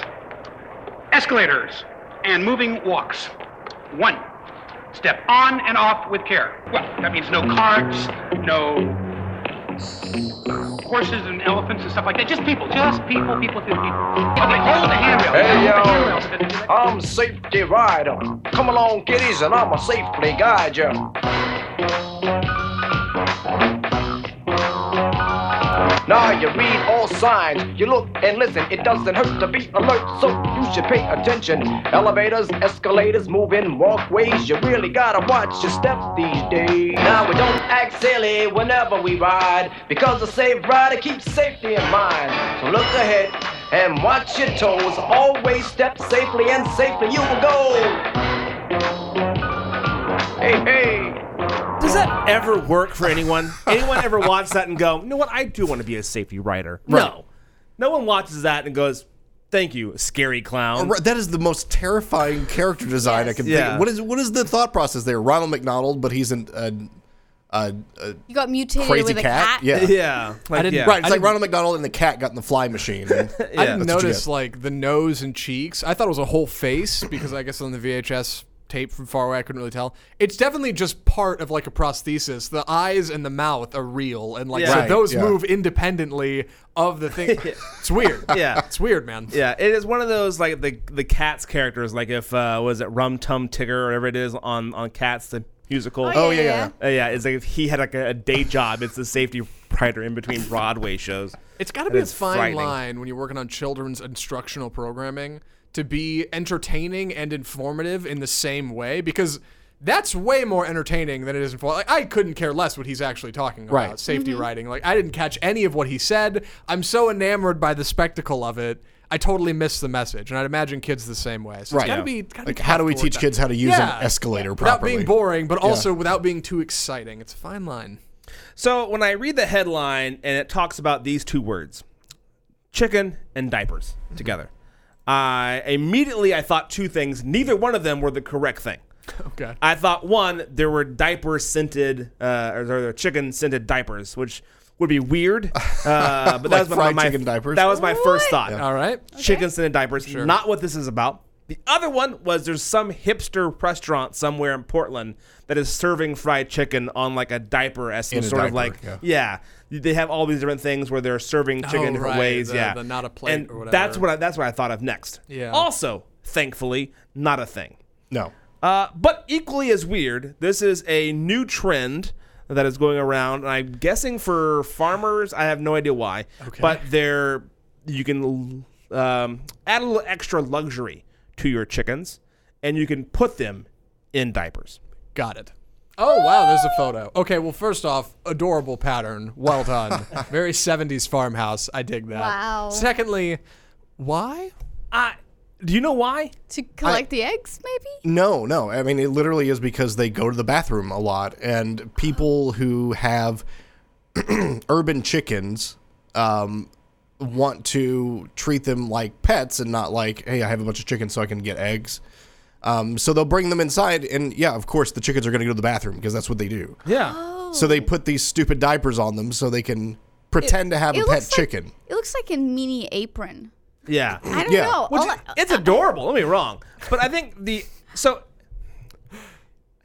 Speaker 7: Escalators and moving walks. One, step on and off with care. Well, that means no carts, no horses and elephants and stuff like that. Just people, just people, people, people, people. Okay, hold the handrail.
Speaker 8: Hey,
Speaker 7: Hold the
Speaker 8: yo.
Speaker 7: handrail so that they-
Speaker 8: I'm safety rider. Come along, kiddies, and I'ma safely guide you. Now you read all signs, you look and listen. It doesn't hurt to be alert, so you should pay attention. Elevators, escalators, moving walkways. You really gotta watch your step these days. Now we don't act silly whenever we ride, because a safe rider keeps safety in mind. So look ahead and watch your toes. Always step safely and safely you will go. Hey, hey.
Speaker 3: Does that ever work for anyone? anyone ever watch that and go, you know what? I do want to be a safety writer. No. No one watches that and goes, thank you, scary clown.
Speaker 4: Right, That is the most terrifying character design I can think.
Speaker 3: Yeah.
Speaker 4: Of. What is what is the thought process there? Ronald McDonald, but he's an, a, a, a
Speaker 6: You got mutated
Speaker 4: crazy
Speaker 6: with a cat.
Speaker 4: cat. Yeah.
Speaker 3: Yeah. Like,
Speaker 5: didn't-
Speaker 3: yeah.
Speaker 4: right. It's
Speaker 5: I
Speaker 4: like
Speaker 5: didn't-
Speaker 4: Ronald McDonald and the cat got in the fly machine. and-
Speaker 5: I didn't
Speaker 4: That's what you
Speaker 5: notice
Speaker 4: get.
Speaker 5: like the nose and cheeks. I thought it was a whole face because I guess on the VHS tape from far away I couldn't really tell. It's definitely just part of like a prosthesis. The eyes and the mouth are real and like
Speaker 3: Yeah.
Speaker 5: so
Speaker 3: Right,
Speaker 5: those
Speaker 4: yeah.
Speaker 5: move independently of the thing. It's weird.
Speaker 3: Yeah.
Speaker 5: It's weird, man.
Speaker 3: Yeah, it is one of those like the the cats characters. Like if uh, was it Rum Tum Tigger or whatever it is on on Cats the musical.
Speaker 4: Oh, yeah, yeah.
Speaker 3: Uh, yeah, it's like if he had like a, a day job. It's the safety writer in between Broadway shows.
Speaker 5: It's got to
Speaker 3: And
Speaker 5: be a
Speaker 3: it's
Speaker 5: fine
Speaker 3: frightening.
Speaker 5: line when you're working on children's instructional programming to be entertaining and informative in the same way because that's way more entertaining than it is informative. Like, I couldn't care less what he's actually talking about.
Speaker 4: Right.
Speaker 5: Safety riding. Like I didn't catch any of what he said. I'm so enamored by the spectacle of it. I totally missed the message, and I'd imagine kids the same way. So
Speaker 4: Right.
Speaker 5: it's gotta
Speaker 4: Yeah.
Speaker 5: be gotta
Speaker 4: like
Speaker 5: be
Speaker 4: how do we
Speaker 5: tough to work
Speaker 4: teach
Speaker 5: that.
Speaker 4: kids how to use
Speaker 5: Yeah.
Speaker 4: an escalator
Speaker 5: without
Speaker 4: properly?
Speaker 5: being boring, but also without being too exciting? It's a fine line.
Speaker 3: So when I read the headline and it talks about these two words, chicken and diapers together, I immediately I thought two things. Neither one of them were the correct thing.
Speaker 5: Okay.
Speaker 3: I thought one, there were diaper scented, uh, or there were chicken scented diapers, which would be weird. Uh, but that
Speaker 4: Like
Speaker 3: was my,
Speaker 4: fried
Speaker 3: my
Speaker 4: chicken diapers?
Speaker 3: That was my
Speaker 6: What?
Speaker 3: first thought. Uh,
Speaker 5: All right.
Speaker 3: Chicken scented diapers, not what this is about. The other one was there's some hipster restaurant somewhere in Portland that is serving fried chicken on like a diaper as some
Speaker 4: In a
Speaker 3: sort of
Speaker 4: diaper,
Speaker 3: like
Speaker 4: yeah.
Speaker 3: yeah. They have all these different things where they're serving chicken in different
Speaker 5: Oh, right,
Speaker 3: ways.
Speaker 5: the-
Speaker 3: yeah,
Speaker 5: the not a plate
Speaker 3: and
Speaker 5: or whatever.
Speaker 3: That's what I, that's what I thought of next.
Speaker 5: Yeah.
Speaker 3: Also, thankfully, not a thing.
Speaker 4: no.
Speaker 3: Uh, but equally as weird, this is a new trend that is going around, and I'm guessing for farmers, I have no idea why. But they're you can um, add a little extra luxury to your chickens, and you can put them in diapers.
Speaker 5: Got it. Oh wow, there's a photo. Okay, well first off, adorable pattern. Well done. Very 70s farmhouse. I dig that.
Speaker 6: Wow.
Speaker 5: Secondly, why?
Speaker 3: I do you know why?
Speaker 6: To collect the eggs, maybe?
Speaker 4: No, no. I mean, it literally is because they go to the bathroom a lot, and people who have urban chickens um, want to treat them like pets and not like, hey, I have a bunch of chickens so I can get eggs. Um, so they'll bring them inside, and yeah, of course, the chickens are going to go to the bathroom because that's what they do.
Speaker 3: Yeah.
Speaker 4: So they put these stupid diapers on them so they can pretend to have a pet
Speaker 6: looks like,
Speaker 4: chicken.
Speaker 6: It looks like a mini apron.
Speaker 3: Yeah.
Speaker 6: I don't
Speaker 4: Yeah.
Speaker 6: know.
Speaker 3: Which
Speaker 6: All
Speaker 3: i-
Speaker 6: I-
Speaker 3: it's adorable. Don't be wrong, but I think the so.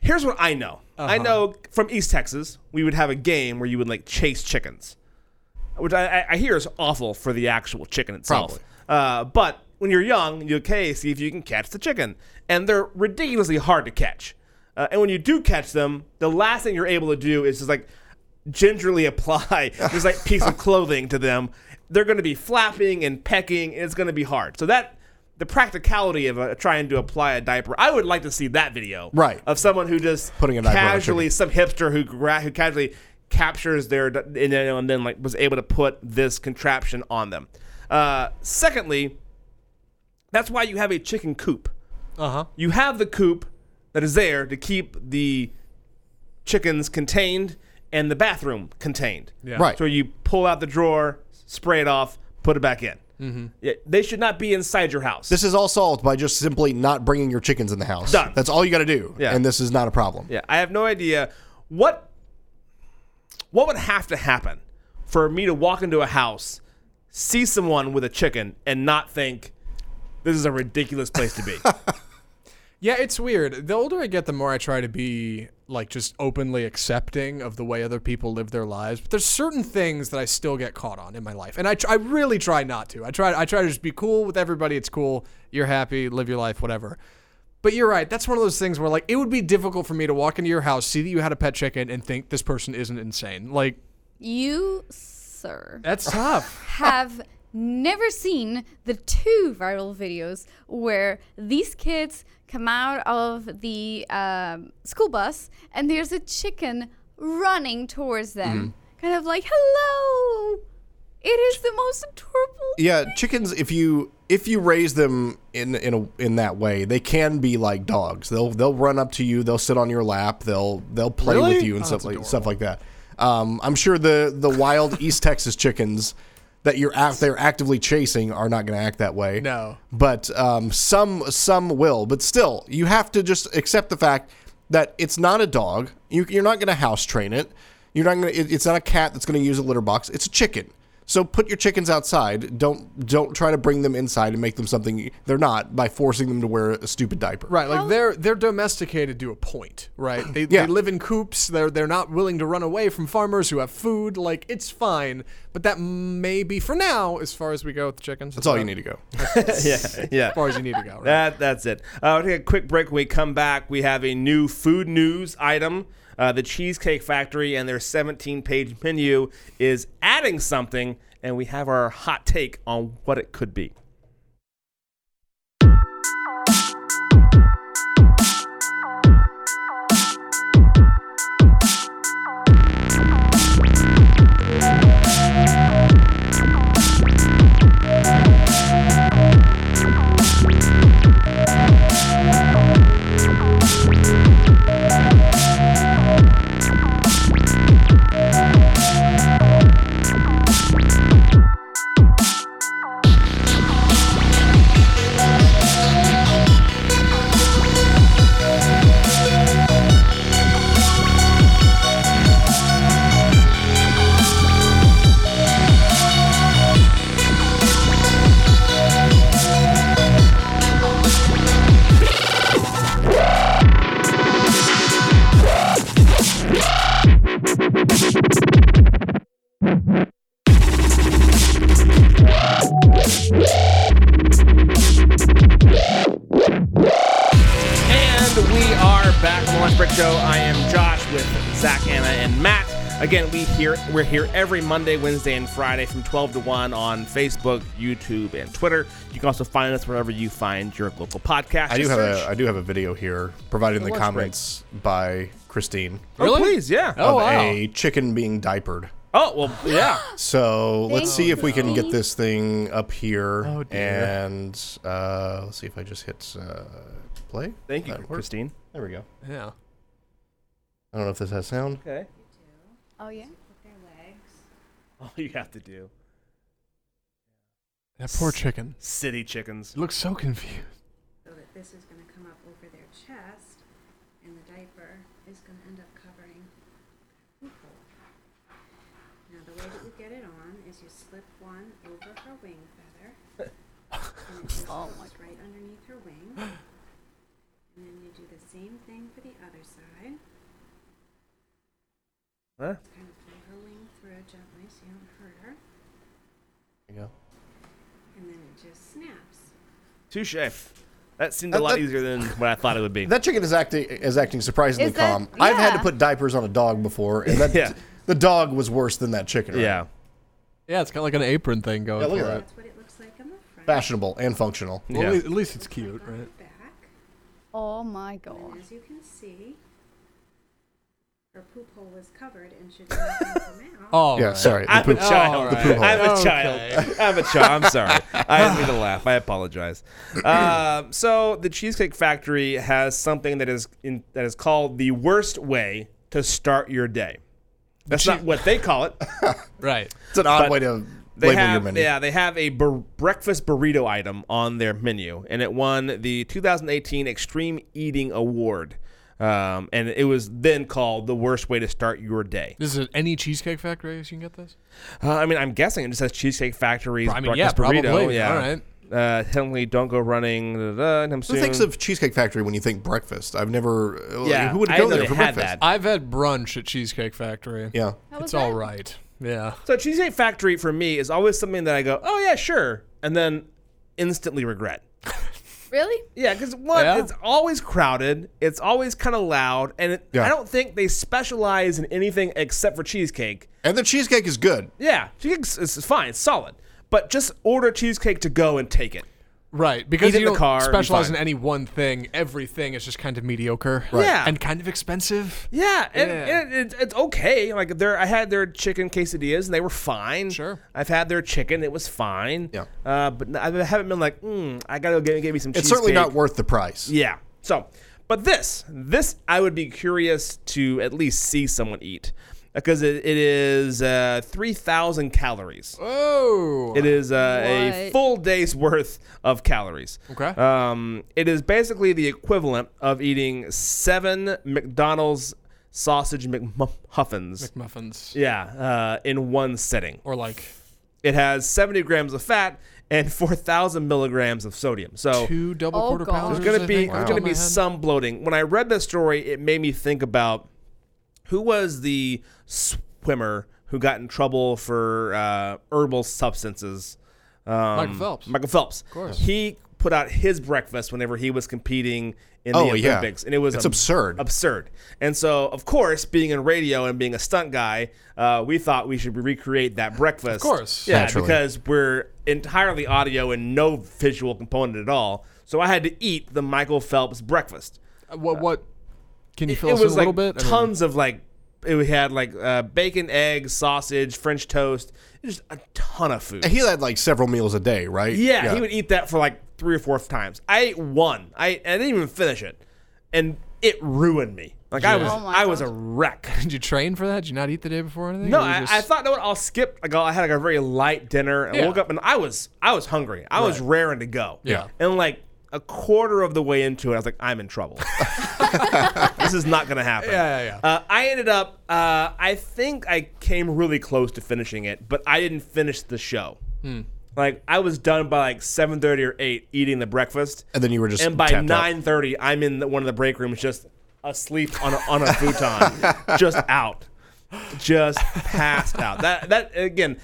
Speaker 3: Here's what I know. I know from East Texas, we would have a game where you would like chase chickens, which I, I- I hear is awful for the actual chicken itself.
Speaker 4: Probably.
Speaker 3: Uh, but when you're young, you okay, see if you can catch the chicken, and they're ridiculously hard to catch. Uh, and when you do catch them, the last thing you're able to do is just like gingerly apply this like piece of clothing to them. They're going to be flapping and pecking. And it's going to be hard. So that the practicality of uh, trying to apply a diaper, I would like to see that video,
Speaker 4: Right.
Speaker 3: Of someone who just
Speaker 4: Putting a diaper on a
Speaker 3: casually, some hipster who gra- who casually captures their d- and then, and then like was able to put this contraption on them. Uh, secondly, that's why you have a chicken coop.
Speaker 5: Uh-huh.
Speaker 3: You have the coop that is there to keep the chickens contained and the bathroom contained.
Speaker 5: Yeah.
Speaker 4: Right.
Speaker 3: So you pull out the drawer, spray it off, put it back in. Mm-hmm. they should not be inside your house.
Speaker 4: This is all solved by just simply not bringing your chickens in the house.
Speaker 3: Done.
Speaker 4: That's all you got to do.
Speaker 3: Yeah.
Speaker 4: And this is not a problem.
Speaker 3: yeah, I have no idea what what would have to happen for me to walk into a house, see someone with a chicken, and not think this is a ridiculous place to be.
Speaker 5: Yeah, it's weird. The older I get, the more I try to be like just openly accepting of the way other people live their lives. But there's certain things that I still get caught on in my life, and I, tr- I really try not to. I try I try to just be cool with everybody. It's cool. You're happy. Live your life. Whatever. But you're right. That's one of those things where like it would be difficult for me to walk into your house, see that you had a pet chicken, and think this person isn't insane. Like
Speaker 6: You, sir,
Speaker 5: that's tough.
Speaker 6: have never seen the two viral videos where these kids come out of the um, school bus and there's a chicken running towards them,
Speaker 4: Mm-hmm.
Speaker 6: kind of like "Hello." It is the most adorable.
Speaker 4: Yeah, chickens. If you if you raise them in in a, in that way, they can be like dogs. They'll they'll run up to you. They'll sit on your lap. They'll they'll play with
Speaker 5: Really?
Speaker 4: you and
Speaker 5: Oh,
Speaker 4: stuff
Speaker 5: that's
Speaker 4: like stuff like that. Um, I'm sure the the wild East Texas chickens that you're out there actively chasing are not going to act that way.
Speaker 5: No.
Speaker 4: but um, some some will. But still, you have to just accept the fact that it's not a dog. You, you're not going to house train it. You're not going. It, it's not a cat that's going to use a litter box. It's a chicken. So put your chickens outside. Don't don't try to bring them inside and make them something they're not by forcing them to wear a stupid diaper.
Speaker 5: Right, like they're they're domesticated to a point, right? They, they
Speaker 4: Yeah.
Speaker 5: live in coops. They're they're not willing to run away from farmers who have food. Like it's fine, but that may be for now as far as we go with the chickens.
Speaker 4: That's all you need to go.
Speaker 3: yeah, yeah.
Speaker 5: As far as you need to go. Right?
Speaker 3: That that's it. Uh, we'll take a quick break. When we come back, we have a new food news item. Uh, the Cheesecake Factory and their 17-page menu is adding something, and we have our hot take on what it could be. And we are back on the Lunch Break Show. I am Josh with Zach, Anna, and Matt. Again, we here we're here every Monday, Wednesday, and Friday from 12 to 1 on Facebook, YouTube, and Twitter. You can also find us wherever you find your local podcast.
Speaker 4: I do
Speaker 3: Just
Speaker 4: have
Speaker 3: search-
Speaker 4: a I do have a video here provided in the
Speaker 3: lunch break.
Speaker 4: comments by Christine
Speaker 3: Oh,
Speaker 5: Really?
Speaker 3: please, yeah.
Speaker 5: Oh,
Speaker 4: of
Speaker 5: wow.
Speaker 4: a chicken being diapered.
Speaker 3: Oh, well, yeah.
Speaker 4: So let's
Speaker 6: Thank
Speaker 4: see if we can get
Speaker 6: you.
Speaker 4: this thing up here.
Speaker 5: Oh, dear.
Speaker 4: And uh, let's see if I just hit uh, play.
Speaker 3: Thank you,
Speaker 4: That work?
Speaker 3: Christine.
Speaker 4: There we go.
Speaker 5: Yeah.
Speaker 4: I don't know if this has sound.
Speaker 3: Okay.
Speaker 6: Oh yeah.
Speaker 3: All you have to do.
Speaker 5: That poor chicken.
Speaker 3: City chickens.
Speaker 5: It looks so confused.
Speaker 9: so that this is going to come up over their chest, and the diaper is going to end up covering the hole. Now, the way that you get it on is you slip one over her wing feather, and it just goes right underneath her wing. And then you do the same thing for the other side.
Speaker 3: Huh?
Speaker 9: Just kind of pull her wing through gently so you don't hurt her,
Speaker 4: There you go.
Speaker 9: and then it just snaps.
Speaker 3: Touche. That seemed a
Speaker 4: Uh,
Speaker 3: lot
Speaker 4: that-
Speaker 3: easier than what I thought it would be.
Speaker 4: That chicken is acting is acting surprisingly
Speaker 6: Is that-
Speaker 4: calm. I've had to
Speaker 6: yeah.
Speaker 4: put diapers on a dog before, and that
Speaker 3: Yeah.
Speaker 4: the dog was worse than that chicken. right?
Speaker 3: yeah.
Speaker 5: Yeah, it's got like an apron thing going.
Speaker 4: Yeah, look at
Speaker 5: for
Speaker 4: that.
Speaker 5: it.
Speaker 9: That's what it looks like on the front.
Speaker 4: Fashionable and functional.
Speaker 5: Well,
Speaker 3: Yeah.
Speaker 5: at, least, at least it's cute,
Speaker 9: On
Speaker 5: right?
Speaker 9: the back.
Speaker 6: Oh my
Speaker 9: And
Speaker 6: god.
Speaker 9: as you can see, her poop hole is covered and should not come out.
Speaker 5: Oh,
Speaker 4: yeah,
Speaker 5: right.
Speaker 4: sorry. The
Speaker 3: I'm a
Speaker 4: poop-
Speaker 3: child.
Speaker 4: The poop
Speaker 3: I'm a
Speaker 5: hole.
Speaker 3: child. I'm a child. I'm sorry. I didn't mean to laugh. I apologize. Um, so the Cheesecake Factory has something that is in, that is called the worst way to start your day. That's not what they call it.
Speaker 5: Right.
Speaker 4: it's an odd
Speaker 3: But
Speaker 4: way to
Speaker 3: They
Speaker 4: label
Speaker 3: have,
Speaker 4: your menu.
Speaker 3: Yeah, they have a bur- breakfast burrito item on their menu, and it won the 2018 Extreme Eating Award. Um, and it was then called the worst way to start your day.
Speaker 5: This is at any cheesecake factory. So you can get this.
Speaker 3: Uh, I mean, I'm guessing it just says Cheesecake Factory's
Speaker 5: I mean, yeah,
Speaker 3: breakfast burrito.
Speaker 5: probably.
Speaker 3: Yeah.
Speaker 5: All right.
Speaker 3: Uh, technically, don't go running. Da, da, da, come
Speaker 4: Who
Speaker 3: soon.
Speaker 4: thinks of Cheesecake Factory when you think breakfast? I've never.
Speaker 3: Yeah,
Speaker 4: Yeah, who would
Speaker 3: I
Speaker 4: go
Speaker 3: didn't know
Speaker 4: there
Speaker 3: they
Speaker 4: for
Speaker 3: had
Speaker 4: breakfast?
Speaker 3: that.
Speaker 5: I've had brunch at Cheesecake Factory.
Speaker 4: Yeah.
Speaker 6: How was
Speaker 5: It's all
Speaker 6: that?
Speaker 5: right. Yeah.
Speaker 3: so Cheesecake Factory for me is always something that I go, oh yeah, sure, and then instantly regret.
Speaker 6: Really?
Speaker 3: Yeah, because one,
Speaker 5: Yeah.
Speaker 3: it's always crowded. It's always kind of loud, and it,
Speaker 4: Yeah.
Speaker 3: I don't think they specialize in anything except for cheesecake.
Speaker 4: And the cheesecake is good.
Speaker 3: Yeah, cheesecake's it's fine, it's solid, but just order cheesecake to go and take it.
Speaker 5: Right, because
Speaker 3: Eat in
Speaker 5: you
Speaker 3: the
Speaker 5: don't
Speaker 3: car, be
Speaker 5: specialize in
Speaker 3: fine.
Speaker 5: any one thing. Everything is just kind of mediocre,
Speaker 3: Yeah.
Speaker 5: and kind of expensive.
Speaker 3: Yeah, and,
Speaker 5: Yeah.
Speaker 3: and it, it's okay. Like there, I had their chicken quesadillas, and they were fine.
Speaker 5: Sure.
Speaker 3: I've had their chicken; it was fine.
Speaker 4: Yeah.
Speaker 3: uh, but I haven't been like, mm, I gotta go get, get me some.
Speaker 4: It's certainly
Speaker 3: cheesecake."
Speaker 4: not worth the price.
Speaker 3: Yeah. So, but this, this I would be curious to at least see someone eat because it, it is uh, 3,000 calories.
Speaker 5: Oh,
Speaker 3: It is uh, a
Speaker 6: What?
Speaker 3: full day's worth of calories.
Speaker 5: Okay.
Speaker 3: Um, it is basically the equivalent of eating seven McDonald's sausage McMuffins.
Speaker 5: muffins
Speaker 3: yeah, uh, in one sitting.
Speaker 5: or like
Speaker 3: It has 70 grams of fat and 4,000 milligrams of sodium. So
Speaker 5: two double
Speaker 6: Oh,
Speaker 5: quarter
Speaker 6: God.
Speaker 5: pounders.
Speaker 3: there's gonna
Speaker 5: I
Speaker 3: be
Speaker 5: think, off
Speaker 3: there's
Speaker 5: the top
Speaker 3: gonna
Speaker 5: of my
Speaker 3: be
Speaker 5: head.
Speaker 3: some bloating. When I read this story, it made me think about who was the swimmer who got in trouble for uh, herbal substances. Um,
Speaker 5: Michael Phelps.
Speaker 3: Michael Phelps. Of
Speaker 5: course.
Speaker 3: He put out his breakfast whenever he was competing in
Speaker 4: Oh,
Speaker 3: the
Speaker 4: yeah.
Speaker 3: Olympics, and it was
Speaker 4: It's absurd.
Speaker 3: absurd. And so, of course, being in radio and being a stunt guy, uh, we thought we should recreate that breakfast. Of
Speaker 5: course.
Speaker 3: yeah,
Speaker 4: Naturally.
Speaker 3: because we're entirely audio and no visual component at all. So I had to eat the Michael Phelps breakfast.
Speaker 5: Uh, What? What? Can you
Speaker 3: It
Speaker 5: fill us in
Speaker 3: was
Speaker 5: a
Speaker 3: like
Speaker 5: little bit? I mean,
Speaker 3: tons of like it had like uh, bacon, egg, sausage, French toast, just a ton of food.
Speaker 4: He had like several meals a day, right?
Speaker 3: Yeah, he would eat that for like three or four times. I ate one. I, I didn't even finish it, and it ruined me. Like I was,
Speaker 6: Oh my
Speaker 3: I was a
Speaker 6: God.
Speaker 3: wreck.
Speaker 5: Did you train for that? Did you not eat the day before or anything?
Speaker 3: No,
Speaker 5: Or you
Speaker 3: I,
Speaker 5: just-
Speaker 3: I thought, no, I'll skip. Like, I had like a very light dinner and
Speaker 5: Yeah.
Speaker 3: woke up and I was, I was hungry. I was raring to go.
Speaker 5: Yeah.
Speaker 3: And like a quarter of the way into it, I was like, I'm in trouble. this is not gonna happen.
Speaker 5: Yeah, yeah, yeah.
Speaker 3: Uh, I ended up, uh, I think I came really close to finishing it, but I didn't finish the show.
Speaker 5: Hmm.
Speaker 3: Like I was done by like 7:30 or 8 eating the breakfast.
Speaker 4: And then you were just
Speaker 3: And by
Speaker 4: tapped out.
Speaker 3: 9:30, I'm in the, one of the break rooms just asleep on a, on a futon, just out. Just passed out. That that again,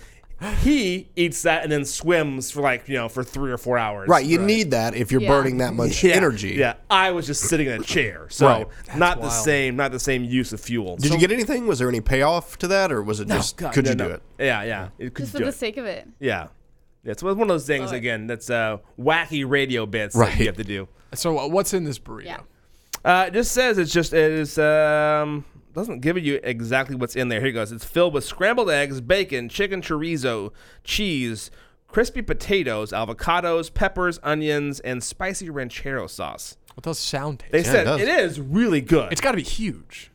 Speaker 3: he eats that and then swims for like, you know, for 3 or 4 hours.
Speaker 4: Right. You need that if you're
Speaker 6: Yeah.
Speaker 4: burning that much
Speaker 3: Yeah,
Speaker 4: energy.
Speaker 3: Yeah, I was just sitting in a chair, so
Speaker 4: Right.
Speaker 3: not the
Speaker 5: wild.
Speaker 3: same, not the same use of fuel.
Speaker 4: Did you get anything? Was there any payoff to that, or was it just could you do it?
Speaker 3: Yeah, yeah. It- could
Speaker 6: Just for
Speaker 3: you do
Speaker 6: the
Speaker 3: it?
Speaker 6: sake of it.
Speaker 3: Yeah. Yeah, it's one of those things again that's uh, wacky radio bits that
Speaker 4: Right.
Speaker 3: you have to do.
Speaker 5: So uh, what's in this burrito?
Speaker 6: Yeah.
Speaker 3: Uh, it just says it's just it is um doesn't give you exactly what's in there. Here it goes. It's filled with scrambled eggs, bacon, chicken chorizo, cheese, crispy potatoes, avocados, peppers, onions, and spicy ranchero sauce.
Speaker 5: What does sound taste?
Speaker 3: They
Speaker 4: it
Speaker 3: said
Speaker 4: does.
Speaker 3: it is really good.
Speaker 5: it's got to be huge.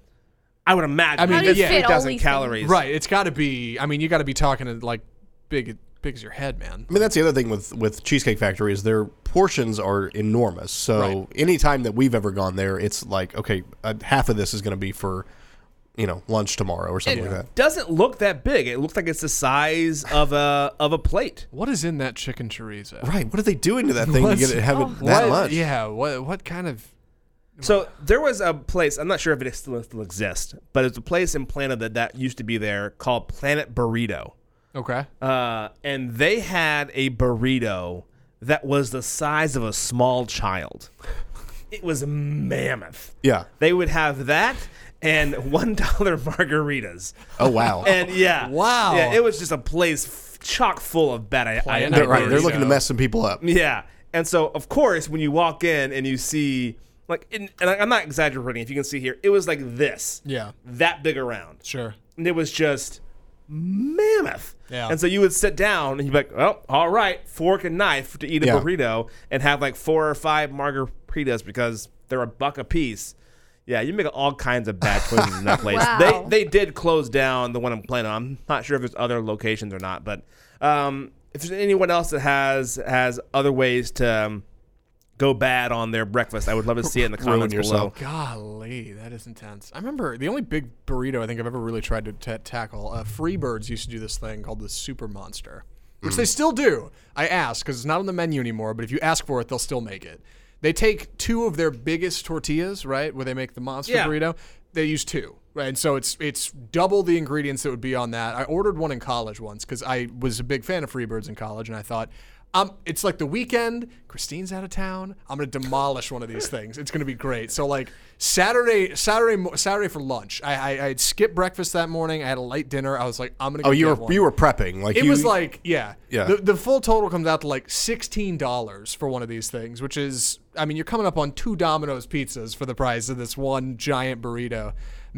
Speaker 3: I would imagine.
Speaker 5: I mean, How do you yeah. fit all
Speaker 3: 8,000
Speaker 6: these
Speaker 3: calories.
Speaker 5: Right. It's got to be. I mean, you got to be talking to like big, big as your head, man.
Speaker 4: I mean, that's the other thing with with Cheesecake Factory is their portions are enormous. So any anytime that we've ever gone there, it's like okay, uh, half of this is going to be for you know lunch tomorrow or something like that.
Speaker 3: Doesn't look that big. It looks like it's the size of a of a plate.
Speaker 5: What is in that chicken chorizo?
Speaker 4: Right? What are they doing to that thing to
Speaker 5: What's-
Speaker 4: get it have
Speaker 6: Oh.
Speaker 4: it that
Speaker 5: What-
Speaker 4: much?
Speaker 5: Yeah. What? What kind of?
Speaker 3: So there was a place. I'm not sure if it still, still exists, but it's a place in Plano that that used to be there called Planet Burrito,
Speaker 5: Okay.
Speaker 3: uh, and they had a burrito that was the size of a small child. It was mammoth.
Speaker 4: Yeah.
Speaker 3: They would have that and one dollar margaritas.
Speaker 4: Oh wow.
Speaker 3: And yeah,
Speaker 5: Wow.
Speaker 3: yeah, it was just a place f- chock full of bad I- I-
Speaker 5: Planet
Speaker 4: they're, right. They're
Speaker 5: Burrito.
Speaker 4: looking to mess some people up.
Speaker 3: Yeah. And so, of course, when you walk in and you see, like, and, and I- I'm not exaggerating, if you can see here, it was like this.
Speaker 5: Yeah.
Speaker 3: That big around.
Speaker 5: Sure.
Speaker 3: And it was just mammoth.
Speaker 5: Yeah.
Speaker 3: And so you would sit down and you'd be like, oh, all right, fork and knife to eat a
Speaker 4: Yeah.
Speaker 3: burrito and have like four or five margaritas because they're a buck a piece. Yeah, you make all kinds of bad choices in that place.
Speaker 6: Wow.
Speaker 3: They they did close down the one in Plano. I'm not sure if there's other locations or not, but um, if there's anyone else that has has other ways to um, go bad on their breakfast. I would love to see it in the
Speaker 4: Ruin
Speaker 3: comments below.
Speaker 4: yourself.
Speaker 5: Golly, that is intense. I remember the only big burrito I think I've ever really tried to ta tackle. Uh, Freebirds used to do this thing called the Super Monster, which
Speaker 4: Mm.
Speaker 5: they still do. I asked because it's not on the menu anymore, but if you ask for it, they'll still make it. They take two of their biggest tortillas, right, where they make the monster
Speaker 3: Yeah.
Speaker 5: burrito. They use two, right, and so it's it's double the ingredients that would be on that. I ordered one in college once because I was a big fan of Freebirds in college, and I thought. Um, it's like the weekend. Christine's out of town. I'm gonna demolish one of these things. It's gonna be great. So like Saturday, Saturday, mo- Saturday for lunch. I, I I had skipped breakfast that morning. I had a light dinner. I was like, I'm gonna.
Speaker 4: Oh,
Speaker 5: go
Speaker 4: you
Speaker 5: get
Speaker 4: were
Speaker 5: one.
Speaker 4: you were prepping like
Speaker 5: It
Speaker 4: you,
Speaker 5: was like yeah,
Speaker 4: Yeah.
Speaker 5: The, the full total comes out to like sixteen dollars for one of these things, which is I mean you're coming up on two Domino's pizzas for the price of this one giant burrito,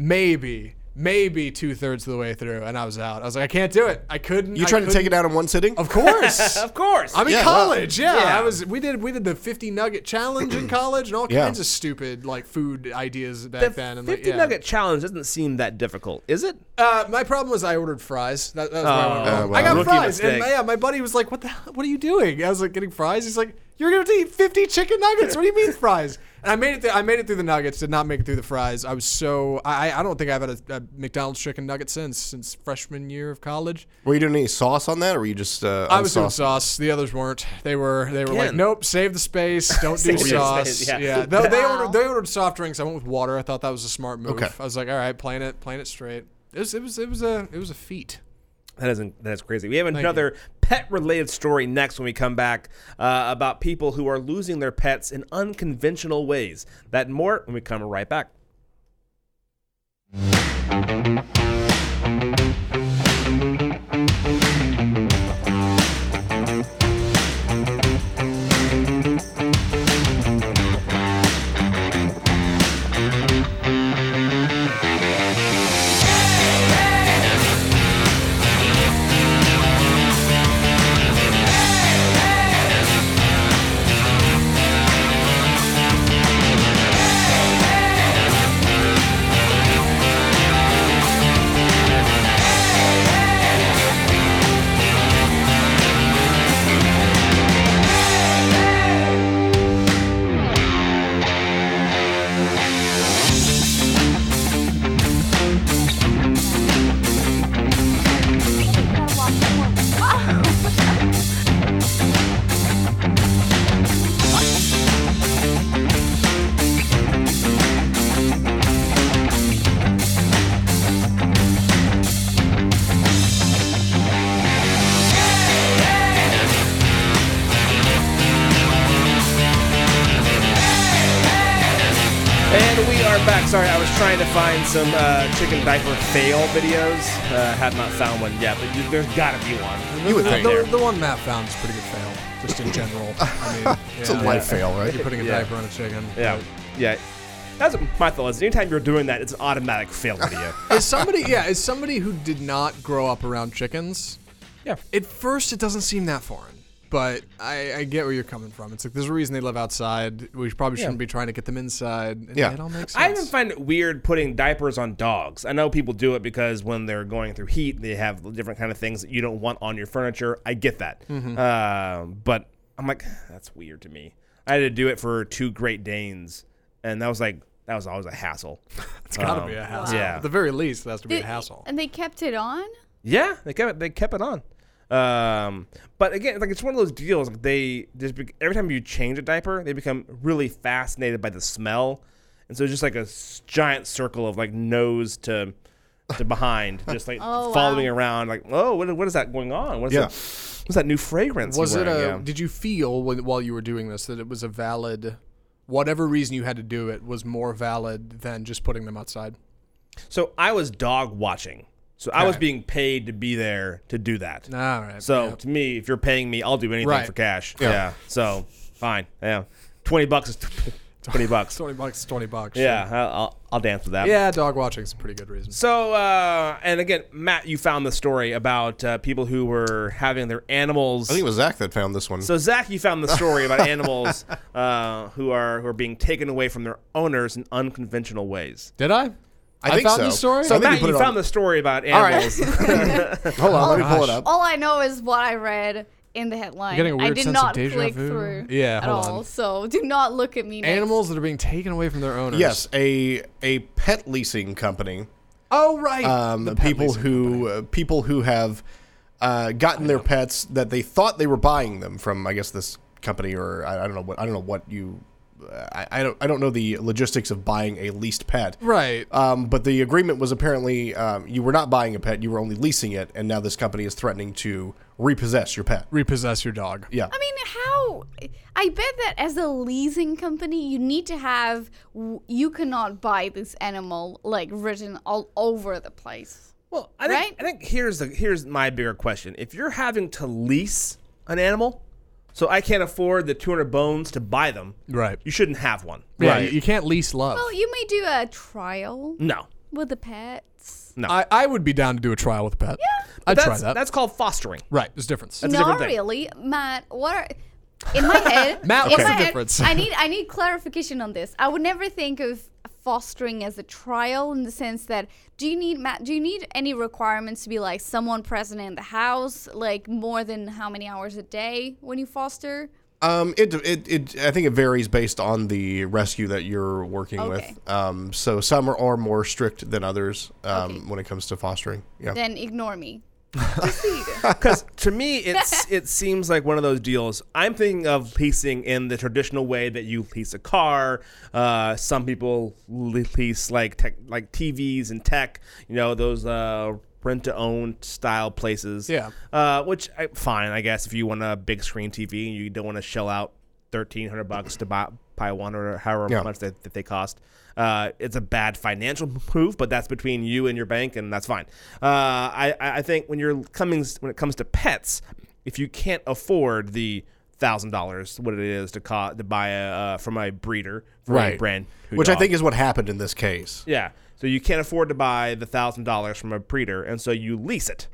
Speaker 5: maybe maybe two thirds of the way through, and I was out. I was like I can't do it. I couldn't.
Speaker 4: you trying to take it out in one sitting.
Speaker 5: Of course,
Speaker 3: Of course.
Speaker 5: I'm in
Speaker 4: Yeah,
Speaker 5: college. Yeah,
Speaker 3: Yeah.
Speaker 5: I was. We did. We did the 50 nugget challenge in college and all
Speaker 4: Yeah.
Speaker 5: kinds of stupid like food ideas back
Speaker 3: the
Speaker 5: then. And
Speaker 3: 50
Speaker 5: like, yeah.
Speaker 3: nugget challenge doesn't seem that difficult, is it?
Speaker 5: Uh, my problem was I ordered fries. That, that was where I went
Speaker 3: Oh.
Speaker 5: wrong.
Speaker 4: Oh, wow.
Speaker 5: I got
Speaker 3: Rookie
Speaker 5: fries, and
Speaker 3: mistake.
Speaker 5: my, yeah, my buddy was like, "What the? hell- What are you doing?" I was like, "Getting fries." He's like, "You're gonna have to eat 50 chicken nuggets. What do you mean fries?" And I made it. Th- I made it through the nuggets. Did not make it through the fries. I was so. I, I- I don't think I've had a, a McDonald's chicken nugget since since freshman year of college.
Speaker 4: Were you doing any sauce on that, or were you just? Uh,
Speaker 5: I was doing
Speaker 4: unsauced?
Speaker 5: sauce. The others weren't. They were. They were like,
Speaker 3: Again.
Speaker 5: nope. Save the space. Don't do
Speaker 3: Save the
Speaker 5: sauce.
Speaker 3: space,
Speaker 5: Yeah.
Speaker 3: yeah.
Speaker 5: They, they
Speaker 2: Wow.
Speaker 5: ordered. They ordered soft drinks. I went with water. I thought that was a smart move.
Speaker 4: Okay.
Speaker 5: I was like, all right, playing it, playing it straight. It was. It was. It was a. It was a feat.
Speaker 3: That isn't. That's crazy. We have another pet-related story next when we come back uh, about people who are losing their pets in unconventional ways. That and more when we come right back. And we are back. Sorry, I was trying to find some uh, chicken diaper fail videos. Uh, have not found one yet, but you, there's got to be one.
Speaker 4: You would
Speaker 5: The,
Speaker 4: think
Speaker 5: the, the one Matt found is a pretty good fail, just in general. I mean,
Speaker 4: it's
Speaker 5: yeah.
Speaker 4: a life fail, right?
Speaker 5: You're putting a
Speaker 3: Yeah.
Speaker 5: diaper on a chicken.
Speaker 3: Yeah, yeah. That's what my thought. Is anytime you're doing that, it's an automatic fail video.
Speaker 5: Is somebody? Yeah. Is somebody who did not grow up around chickens?
Speaker 3: yeah.
Speaker 5: at first it doesn't seem that foreign but I, I get where you're coming from it's like there's a reason they live outside we probably shouldn't
Speaker 3: Yeah.
Speaker 5: be trying to get them inside and
Speaker 4: Yeah.
Speaker 5: it all makes sense
Speaker 3: I even find it weird putting diapers on dogs. I know people do it because when they're going through heat, they have different kind of things that you don't want on your furniture. I get that,
Speaker 5: Mm-hmm.
Speaker 3: Um, but I'm like, that's weird to me. I had to do it for two Great Danes, and that was like that was always a hassle.
Speaker 5: it's gotta be a hassle
Speaker 3: yeah.
Speaker 5: at the very least it has to be
Speaker 6: They-
Speaker 5: a hassle
Speaker 6: And they kept it on?
Speaker 3: Yeah, they kept it, they kept it on. Um, but again, like it's one of those deals. Like they just be, every time you change a diaper, they become really fascinated by the smell, and so it's just like a s- giant circle of like nose to to behind, just like
Speaker 6: Oh,
Speaker 3: following
Speaker 6: wow.
Speaker 3: around. Like, oh, what, what is that going on? What's
Speaker 4: Yeah.
Speaker 3: that, what's that new fragrance?
Speaker 5: was
Speaker 3: you're
Speaker 5: it a
Speaker 3: wearing? Yeah.
Speaker 5: did you feel when, while you were doing this that it was a valid whatever reason you had to do it was more valid than just putting them outside
Speaker 3: So I was dog watching. So I was being paid to be there to do that.
Speaker 5: all right
Speaker 3: So to me, if you're paying me, I'll do anything
Speaker 5: Right.
Speaker 3: for cash. Yeah. So fine. Yeah. Twenty bucks is tw- twenty bucks.
Speaker 5: 20 bucks is 20 bucks
Speaker 3: Yeah, I'll, I'll, I'll dance with that.
Speaker 5: sure. yeah dog watching is a pretty good reason
Speaker 3: So, uh, and again, Matt, you found the story about uh, people who were having their animals.
Speaker 4: I think it was Zach that found this one.
Speaker 3: so, Zach, you found the story about animals uh, who are who are being taken away from their owners in unconventional ways.
Speaker 5: did i
Speaker 4: I think
Speaker 5: found
Speaker 4: so.
Speaker 5: this story
Speaker 4: So I think we
Speaker 3: Matt,
Speaker 4: put
Speaker 3: you
Speaker 4: it
Speaker 3: found
Speaker 4: on-
Speaker 3: the story about
Speaker 4: right.
Speaker 3: animals.
Speaker 5: oh
Speaker 4: Hold on, let me Oh, pull it up.
Speaker 6: All I know is what I read in the headline.
Speaker 5: getting a
Speaker 6: I
Speaker 5: weird
Speaker 6: did
Speaker 5: sense of
Speaker 6: not
Speaker 5: deja
Speaker 6: click
Speaker 5: vu.
Speaker 6: through
Speaker 5: Yeah,
Speaker 6: at
Speaker 5: hold
Speaker 6: all.
Speaker 5: on.
Speaker 6: So do not look at me. Next.
Speaker 5: Animals that are being taken away from their owners.
Speaker 4: Yes, a a pet leasing company.
Speaker 5: Oh right.
Speaker 4: Um,
Speaker 5: The pet
Speaker 4: people
Speaker 5: leasing
Speaker 4: who uh, people who have uh, gotten their pets that they thought they were buying them from. I guess this company or I, I don't know what I don't know what you. I, I don't I don't know the logistics of buying a leased pet.
Speaker 5: Right.
Speaker 4: Um, but the agreement was apparently um, you were not buying a pet, you were only leasing it, and now this company is threatening to repossess your pet.
Speaker 5: repossess your dog.
Speaker 4: Yeah.
Speaker 6: I mean, how? I bet that as a leasing company, you need to have. w- You cannot buy this animal like written all over the place.
Speaker 3: Well, I think,
Speaker 6: Right?
Speaker 3: I think here's the here's my bigger question. If you're having to lease an animal, so I can't afford the 200 bones to buy them,
Speaker 5: Right.
Speaker 3: you shouldn't have one.
Speaker 5: Yeah, you- You can't lease love.
Speaker 6: Well, Oh, you may do a trial
Speaker 3: No.
Speaker 6: with the pets.
Speaker 5: I, I would be down to do a trial with a pet. Yeah. I'd
Speaker 3: that's,
Speaker 5: try that.
Speaker 3: That's called fostering.
Speaker 5: right. There's a difference.
Speaker 3: That's a
Speaker 6: Not
Speaker 3: different thing.
Speaker 6: really, Matt. What are in my head?
Speaker 5: Matt,
Speaker 6: in
Speaker 5: what's
Speaker 6: my
Speaker 5: the
Speaker 6: head,
Speaker 5: difference?
Speaker 6: I need I need clarification on this. I would never think of fostering as a trial in the sense that do you need Matt? Do you need any requirements to be like someone present in the house, like more than how many hours a day when you foster?
Speaker 4: Um, it, it, it, I think it varies based on the rescue that you're working
Speaker 6: Okay.
Speaker 4: with. Um, so some are, are more strict than others um,
Speaker 6: Okay.
Speaker 4: when it comes to fostering. Yeah.
Speaker 6: Then ignore me.
Speaker 3: Because to me, it's it seems like one of those deals. I'm thinking of leasing in the traditional way that you lease a car. Uh, some people le- lease like tech, like TVs and tech. You know those uh, rent to own style places.
Speaker 5: Yeah.
Speaker 3: Uh, which I, fine, I guess if you want a big screen TV and you don't want to shell out thirteen hundred bucks to buy buy one or however
Speaker 4: Yeah.
Speaker 3: much that, that they cost. Uh, it's a bad financial move, but that's between you and your bank, and that's fine. Uh, I I I think when you're coming when it comes to pets, if you can't afford the thousand dollars, what it is to co- to buy a uh, from a breeder, from a
Speaker 4: Right.
Speaker 3: brand, who
Speaker 4: Which I
Speaker 3: dog.
Speaker 4: think is what happened in this case.
Speaker 3: Yeah. So you can't afford to buy the thousand dollars from a breeder, and so you lease it.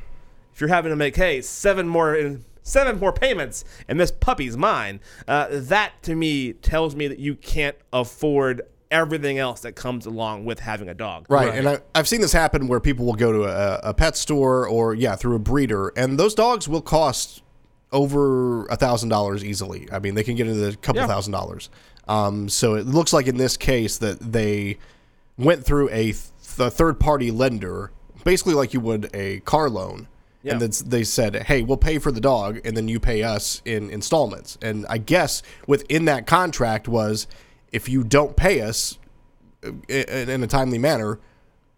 Speaker 3: If you're having to make hey seven more seven more payments, and this puppy's mine, uh, that to me tells me that you can't afford everything else that comes along with having a dog.
Speaker 4: Right. And I, I've seen this happen where people will go to a, a pet store or, yeah, through a breeder, and those dogs will cost over a thousand dollars easily. I mean, they can get into a couple thousand dollars. Um, so it looks like in this case that they went through a, th- a third party lender, basically like you would a car loan. And then s- they said, hey, we'll pay for the dog, and then you pay us in installments. And I guess within that contract was if you don't pay us, in, in a timely manner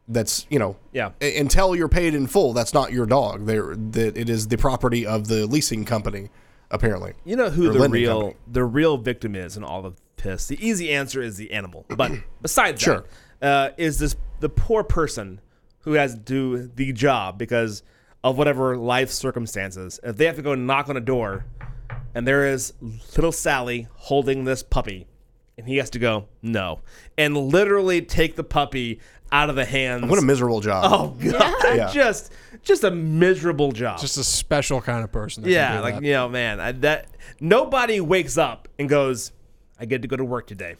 Speaker 4: that's you know
Speaker 3: Yeah.
Speaker 4: u- until you're paid in full that's not your dog there that it is the property of the leasing company apparently
Speaker 3: You know who
Speaker 4: Or
Speaker 3: the
Speaker 4: lending
Speaker 3: real
Speaker 4: company.
Speaker 3: the real victim is in all of this. The easy answer is the animal. But besides
Speaker 4: Sure.
Speaker 3: that, uh, is this the poor person who has to do the job because of whatever life circumstances? If they have to go knock on a door, and there is little Sally holding this puppy, and he has to go no, and literally take the puppy out of the hands.
Speaker 4: what a miserable job
Speaker 3: oh god!
Speaker 4: Yeah.
Speaker 3: Just just a miserable job.
Speaker 5: Just a special kind of person. That can
Speaker 3: Yeah,
Speaker 5: do
Speaker 3: like
Speaker 5: that.
Speaker 3: you know, man, I, that nobody wakes up and goes, "I get to go to work today,"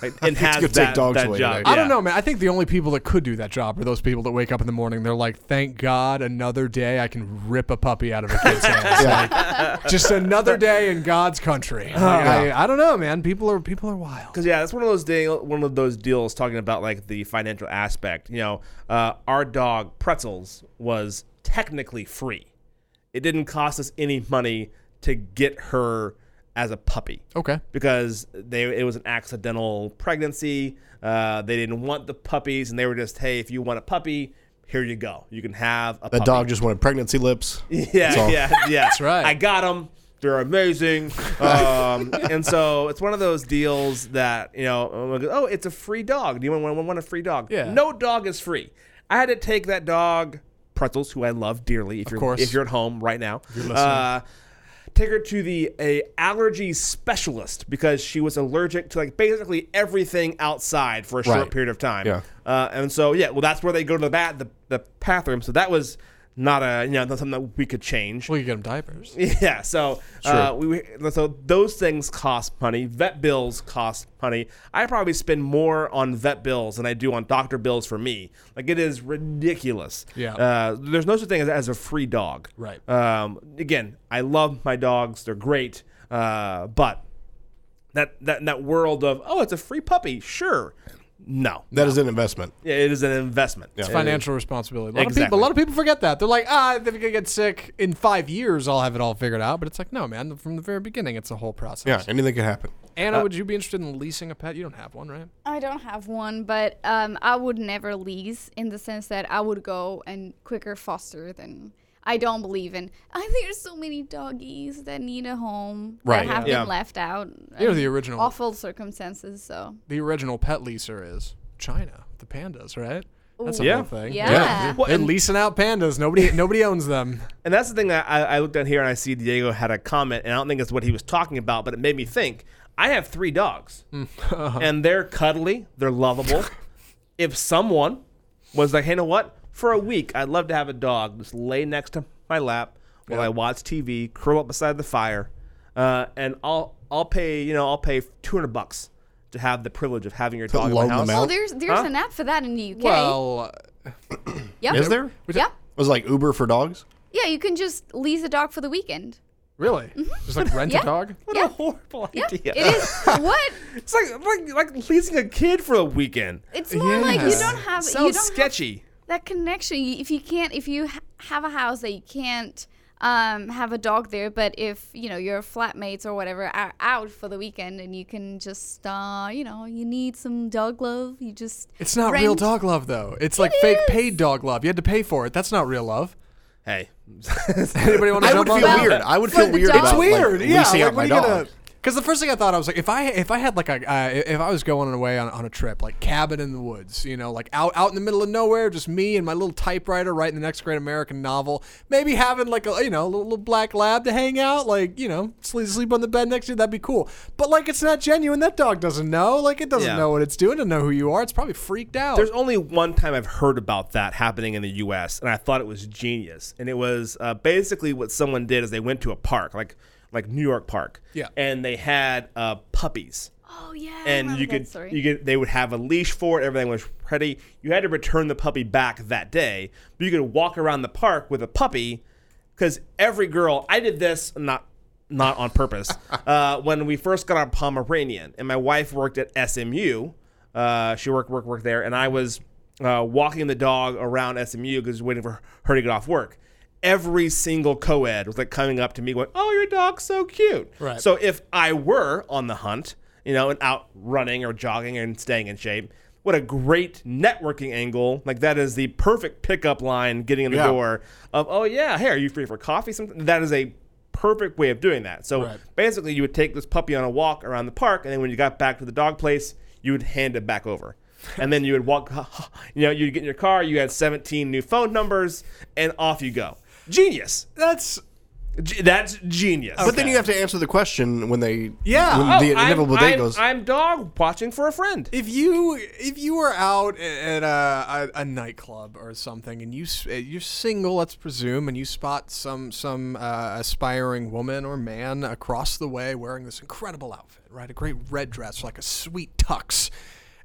Speaker 3: like, and has
Speaker 4: to go
Speaker 3: that,
Speaker 4: take dogs
Speaker 3: that
Speaker 4: away
Speaker 3: job.
Speaker 4: today.
Speaker 5: I don't
Speaker 3: Yeah.
Speaker 5: know, man. I think the only people that could do that job are those people that wake up in the morning. They're like, "Thank God, another day I can rip a puppy out of a kid's hands. Like, just another day in God's country." Like, I, I don't know, man. People are people are wild.
Speaker 3: Because yeah, that's one of those deal, one of those deals talking about like the financial aspect. You know, uh, our dog Pretzels was technically free. It didn't cost us any money to get her as a puppy.
Speaker 4: Oh,
Speaker 5: Okay.
Speaker 3: because they it was an accidental pregnancy. Uh, they didn't want the puppies, and they were just, hey, if you want a puppy, here you go. You can have a
Speaker 4: that
Speaker 3: puppy.
Speaker 4: dog just wanted pregnancy lips
Speaker 3: Yeah,
Speaker 4: all.
Speaker 3: yeah, yeah. That's
Speaker 5: right.
Speaker 3: I got them. They're amazing. Um, and so it's one of those deals that, you know, I'm like, oh, it's a free dog. Do you want, want, want a free dog?
Speaker 5: Yeah.
Speaker 3: No dog is free. I had to take that dog, Pretzels, who I love dearly, if, you're,
Speaker 5: course.
Speaker 3: if you're at home right now, uh, take her to the a allergy specialist because she was allergic to like basically everything outside for a short
Speaker 4: Right.
Speaker 3: period of time.
Speaker 4: Yeah.
Speaker 3: Uh, and so, yeah, well, that's where they go to the bat, the, the bathroom. So that was not a you know not something that we could change.
Speaker 5: Well, you get them diapers.
Speaker 3: Yeah, so uh, we, we so those things cost money. Vet bills cost money. I probably spend more on vet bills than I do on doctor bills for me. Like it is ridiculous.
Speaker 5: Yeah.
Speaker 3: Uh, there's no such thing as, as a free dog.
Speaker 5: Right.
Speaker 3: Um, again, I love my dogs. They're great. Uh, but that that that world of oh, it's a free puppy. Sure. No.
Speaker 4: That is an investment.
Speaker 3: Yeah, It is an investment.
Speaker 4: Yeah.
Speaker 5: It's financial responsibility. A lot, of people,
Speaker 3: Exactly.
Speaker 5: a lot of people forget that. They're like, ah, if I'm gonna get sick in five years, I'll have it all figured out. But it's like, no, man, from the very beginning, it's a whole process.
Speaker 4: Yeah, anything could happen.
Speaker 5: Anna, would you be interested in leasing a pet? You don't have one, right?
Speaker 6: I don't have one, but um, I would never lease in the sense that I would go and quicker foster than I don't believe in. I think there's so many doggies that need a home
Speaker 4: Right,
Speaker 6: that have
Speaker 3: yeah.
Speaker 6: been left out.
Speaker 5: You know,
Speaker 6: and
Speaker 5: the original,
Speaker 6: awful circumstances. So
Speaker 5: the original pet leaser is China, the pandas, right? That's a
Speaker 3: Yeah.
Speaker 5: whole thing.
Speaker 6: yeah, yeah.
Speaker 3: Well,
Speaker 5: They're
Speaker 3: and-
Speaker 5: leasing out pandas. Nobody, nobody owns them.
Speaker 3: And that's the thing that I, I looked down here and I see Diego had a comment, and I don't think it's what he was talking about, but it made me think. I have three dogs,
Speaker 6: Mm.
Speaker 3: and they're cuddly, they're lovable. if someone was like, hey, you know what? For a week, I'd love to have a dog just lay next to my lap while I watch TV, curl up beside the fire, uh, and I'll I'll pay you know I'll pay two hundred bucks to have the privilege of having your dog in my
Speaker 4: loan
Speaker 3: house.
Speaker 4: them
Speaker 6: Well,
Speaker 4: out.
Speaker 6: there's there's
Speaker 3: Huh?
Speaker 6: an app for that in the UK.
Speaker 5: Well,
Speaker 6: yep.
Speaker 4: Is there?
Speaker 6: Yep.
Speaker 4: It was like Uber for dogs.
Speaker 6: Yeah, you can just lease a dog for the weekend.
Speaker 5: really? Just like
Speaker 6: Mm-hmm.
Speaker 5: rent
Speaker 6: Yeah.
Speaker 5: a dog?
Speaker 3: What
Speaker 6: Yeah.
Speaker 3: a horrible
Speaker 6: Yep.
Speaker 3: idea!
Speaker 6: It is what?
Speaker 3: It's like, like like leasing a kid for a weekend.
Speaker 6: It's more like you
Speaker 5: Yes.
Speaker 6: don't have you
Speaker 3: Sounds
Speaker 6: don't have
Speaker 3: sketchy.
Speaker 6: that connection you- if you can't if you ha- have a house that you can't um, have a dog there but if you know your flatmates or whatever are out for the weekend and you can just uh, you know you need some dog love you just
Speaker 5: It's not real
Speaker 6: rent-
Speaker 5: dog love though. It's like fake paid dog love. You had to pay for it. That's not real love.
Speaker 3: Hey.
Speaker 5: Anybody want to
Speaker 4: I
Speaker 5: jump
Speaker 4: would
Speaker 5: on
Speaker 4: feel
Speaker 5: that?
Speaker 4: weird. I would
Speaker 6: for
Speaker 4: feel
Speaker 6: the
Speaker 4: weird
Speaker 6: dog.
Speaker 4: about
Speaker 6: It's
Speaker 4: like,
Speaker 5: weird. yeah,
Speaker 4: leasing
Speaker 5: like,
Speaker 4: out my dog.
Speaker 5: Because the first thing I thought I was like, if I if I had like a uh, if I was going away on, on a trip like cabin in the woods, you know, like out out in the middle of nowhere, just me and my little typewriter writing the next great American novel. Maybe having like a you know a little, little black lab to hang out, like you know sleep sleep on the bed next to you. That'd be cool. But like it's not genuine. That dog doesn't know. Like it doesn't
Speaker 3: Yeah.
Speaker 5: know what it's doing. Doesn't know who you are. It's probably freaked out.
Speaker 3: There's only one time I've heard about that happening in the U.S. and I thought it was genius. And it was uh, basically what someone did is they went to a park, like like New York Park,
Speaker 5: Yeah.
Speaker 3: and they had uh, puppies.
Speaker 6: oh yeah I
Speaker 3: and
Speaker 6: remember
Speaker 3: you
Speaker 6: that
Speaker 3: could
Speaker 6: story.
Speaker 3: you could they would have a leash for it. Everything was ready. You had to return the puppy back that day, but you could walk around the park with a puppy because every girl. I did this not not on purpose uh, when we first got our Pomeranian, and my wife worked at SMU. Uh, she worked worked worked there, and I was uh, walking the dog around SMU because waiting for her to get off work. Every single co-ed was like coming up to me, going, "Oh, your dog's so cute."
Speaker 5: Right.
Speaker 3: So if I were on the hunt, you know, and out running or jogging and staying in shape, what a great networking angle. Like that is the perfect pickup line getting in the
Speaker 4: Yeah.
Speaker 3: door of, oh yeah, hey, are you free for coffee? Something that is a perfect way of doing that. So
Speaker 5: Right.
Speaker 3: basically you would take this puppy on a walk around the park and then when you got back to the dog place, you would hand it back over. And then you would walk you know, you'd get in your car, you had 17 new phone numbers and off you go. Genius.
Speaker 5: that's
Speaker 3: G- that's genius.
Speaker 4: But then you have to answer the question when they
Speaker 5: Yeah.
Speaker 4: when
Speaker 3: Oh,
Speaker 4: the
Speaker 3: I'm-
Speaker 4: inevitable day
Speaker 3: I'm-
Speaker 4: goes.
Speaker 3: I'm dog watching for a friend.
Speaker 5: if you if you were out at a, a, a nightclub or something and you s- uh, you're single let's presume and you spot some some uh, aspiring woman or man across the way wearing this incredible outfit right a great red dress like a sweet tux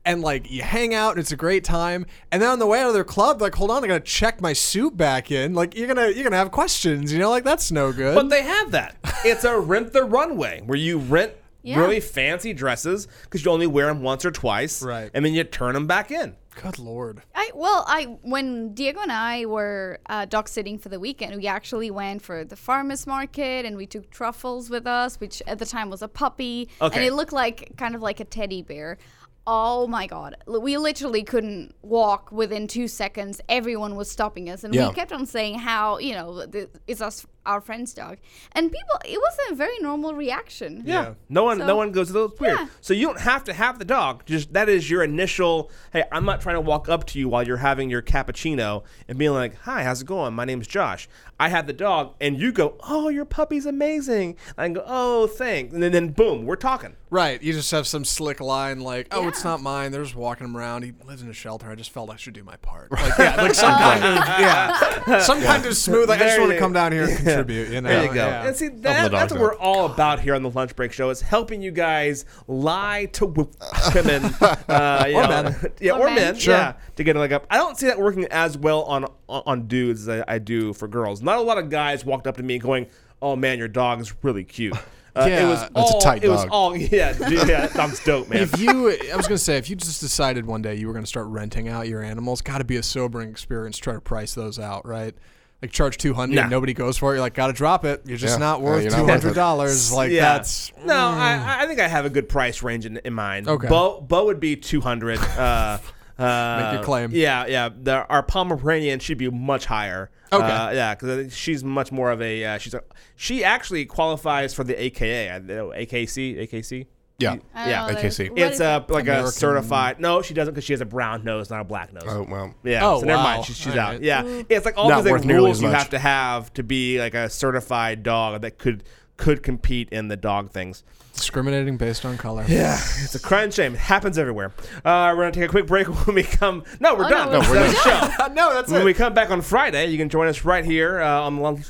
Speaker 5: and like you hang out and it's a great time and then on the way out of their club like hold on I gotta check my suit back in like you're gonna you're gonna have questions you know like that's no good
Speaker 3: But they have that. It's a rent the runway where you rent
Speaker 6: Yeah.
Speaker 3: really fancy dresses because you only wear them once or twice,
Speaker 5: Right.
Speaker 3: And then you turn them back in.
Speaker 5: good lord
Speaker 6: I well, I when Diego and I were uh, dog sitting for the weekend, we actually went for the farmers market and we took truffles with us, which at the time was a puppy, and
Speaker 3: Okay.
Speaker 6: it looked like kind of like a teddy bear. Oh my god, L- we literally couldn't walk within two seconds. Everyone was stopping us, and
Speaker 4: Yeah.
Speaker 6: we kept on saying how you know th- it's us our friend's dog, and people, it was a very normal reaction.
Speaker 3: Yeah. No one, no
Speaker 6: So-
Speaker 3: one goes. That's weird.
Speaker 6: Yeah.
Speaker 3: So you don't have to have the dog. Just that is your initial. Hey, I'm not trying to walk up to you while you're having your cappuccino and being like, "Hi, how's it going? My name's Josh. I have the dog," and you go, "Oh, your puppy's amazing." I can go, "Oh, thanks," and then, then boom, we're talking.
Speaker 5: Right. You just have some slick line like, oh, it's
Speaker 6: Yeah.
Speaker 5: not mine. They're just walking him around. He lives in a shelter. I just felt I should do my part. Like, yeah, like some kind of, yeah, some kind of smooth. Like, I just
Speaker 3: There
Speaker 5: want
Speaker 3: you-
Speaker 5: to come down here and contribute. You know?
Speaker 3: There you go.
Speaker 5: Yeah.
Speaker 3: And see, that,
Speaker 4: the
Speaker 3: that's
Speaker 4: dogs
Speaker 3: what we're all about here on the Lunch Break Show is helping you guys lie to w- women, uh, you
Speaker 5: Or
Speaker 3: know,
Speaker 5: men.
Speaker 3: yeah, or,
Speaker 6: Or
Speaker 3: men,
Speaker 6: men.
Speaker 3: yeah, to get a leg up. I don't see that working as well on on, on dudes as I, I do for girls. Not a lot of guys walked up to me going, "Oh man, your dog is really cute." Uh, it
Speaker 5: Yeah.
Speaker 3: was
Speaker 5: That's a
Speaker 3: all,
Speaker 4: tight
Speaker 3: It was
Speaker 4: dog.
Speaker 3: all, yeah, dude, yeah, dog's dope, man.
Speaker 5: if you, I was gonna say, if you just decided one day you were gonna start renting out your animals, got to be a sobering experience. Try to price those out, right? Like charge two hundred,
Speaker 3: Nah.
Speaker 5: and nobody goes for it. You're like, gotta drop it. You're just
Speaker 4: Yeah.
Speaker 5: not
Speaker 4: Yeah,
Speaker 5: worth
Speaker 4: you're not
Speaker 5: two
Speaker 4: worth it.
Speaker 5: hundred dollars. Like
Speaker 3: yeah.
Speaker 5: that's
Speaker 3: no, I, I think I have a good price range in, in mind.
Speaker 5: Okay.
Speaker 3: Bo, Bo would be 200. Uh, uh,
Speaker 5: Make your claim.
Speaker 3: Yeah, yeah. The, our Pomeranian should be much higher.
Speaker 5: Okay.
Speaker 3: Uh, yeah, because she's much more of a. Uh, she's a, she actually qualifies for the AKA. I know, AKC, AKC.
Speaker 4: Yeah.
Speaker 6: I don't
Speaker 3: Yeah.
Speaker 6: know, there's-
Speaker 4: AKC.
Speaker 6: Uh, what
Speaker 3: It's
Speaker 6: is-
Speaker 3: a like a
Speaker 5: American-
Speaker 3: certified. No, she doesn't because she has a brown nose, not a black nose.
Speaker 4: Oh well.
Speaker 3: Yeah.
Speaker 5: Oh,
Speaker 3: so never
Speaker 5: wow.
Speaker 3: mind. She's, she's
Speaker 5: All
Speaker 3: out.
Speaker 5: right.
Speaker 3: Yeah. It's like all
Speaker 4: Not
Speaker 3: these like
Speaker 4: worth nearly
Speaker 3: rules
Speaker 4: as
Speaker 3: you
Speaker 4: much.
Speaker 3: have to have to be like a certified dog that could could compete in the dog things.
Speaker 5: discriminating based on color.
Speaker 3: Yeah, it's a crying shame. It happens everywhere. Uh, we're gonna take a quick break when we come. No, we're
Speaker 6: Oh, no,
Speaker 3: done.
Speaker 6: we're- No,
Speaker 4: we're
Speaker 3: That's the show.
Speaker 5: no, that's
Speaker 3: When
Speaker 5: it.
Speaker 3: we come back on Friday, you can join us right here uh, on the lunch,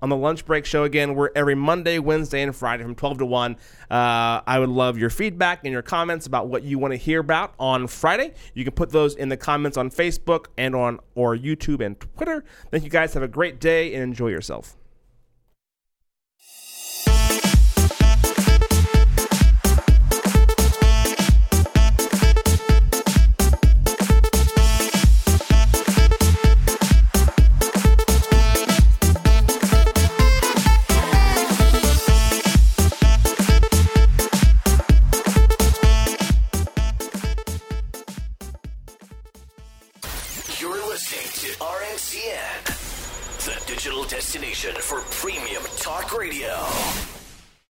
Speaker 3: on the lunch break show again. We're every Monday, Wednesday, and Friday from twelve to one. Uh, I would love your feedback and your comments about what you want to hear about on Friday. You can put those in the comments on Facebook and on or YouTube and Twitter. Thank you guys. Have a great day and enjoy yourself.
Speaker 10: You're listening to RNCN, the digital destination for premium talk radio.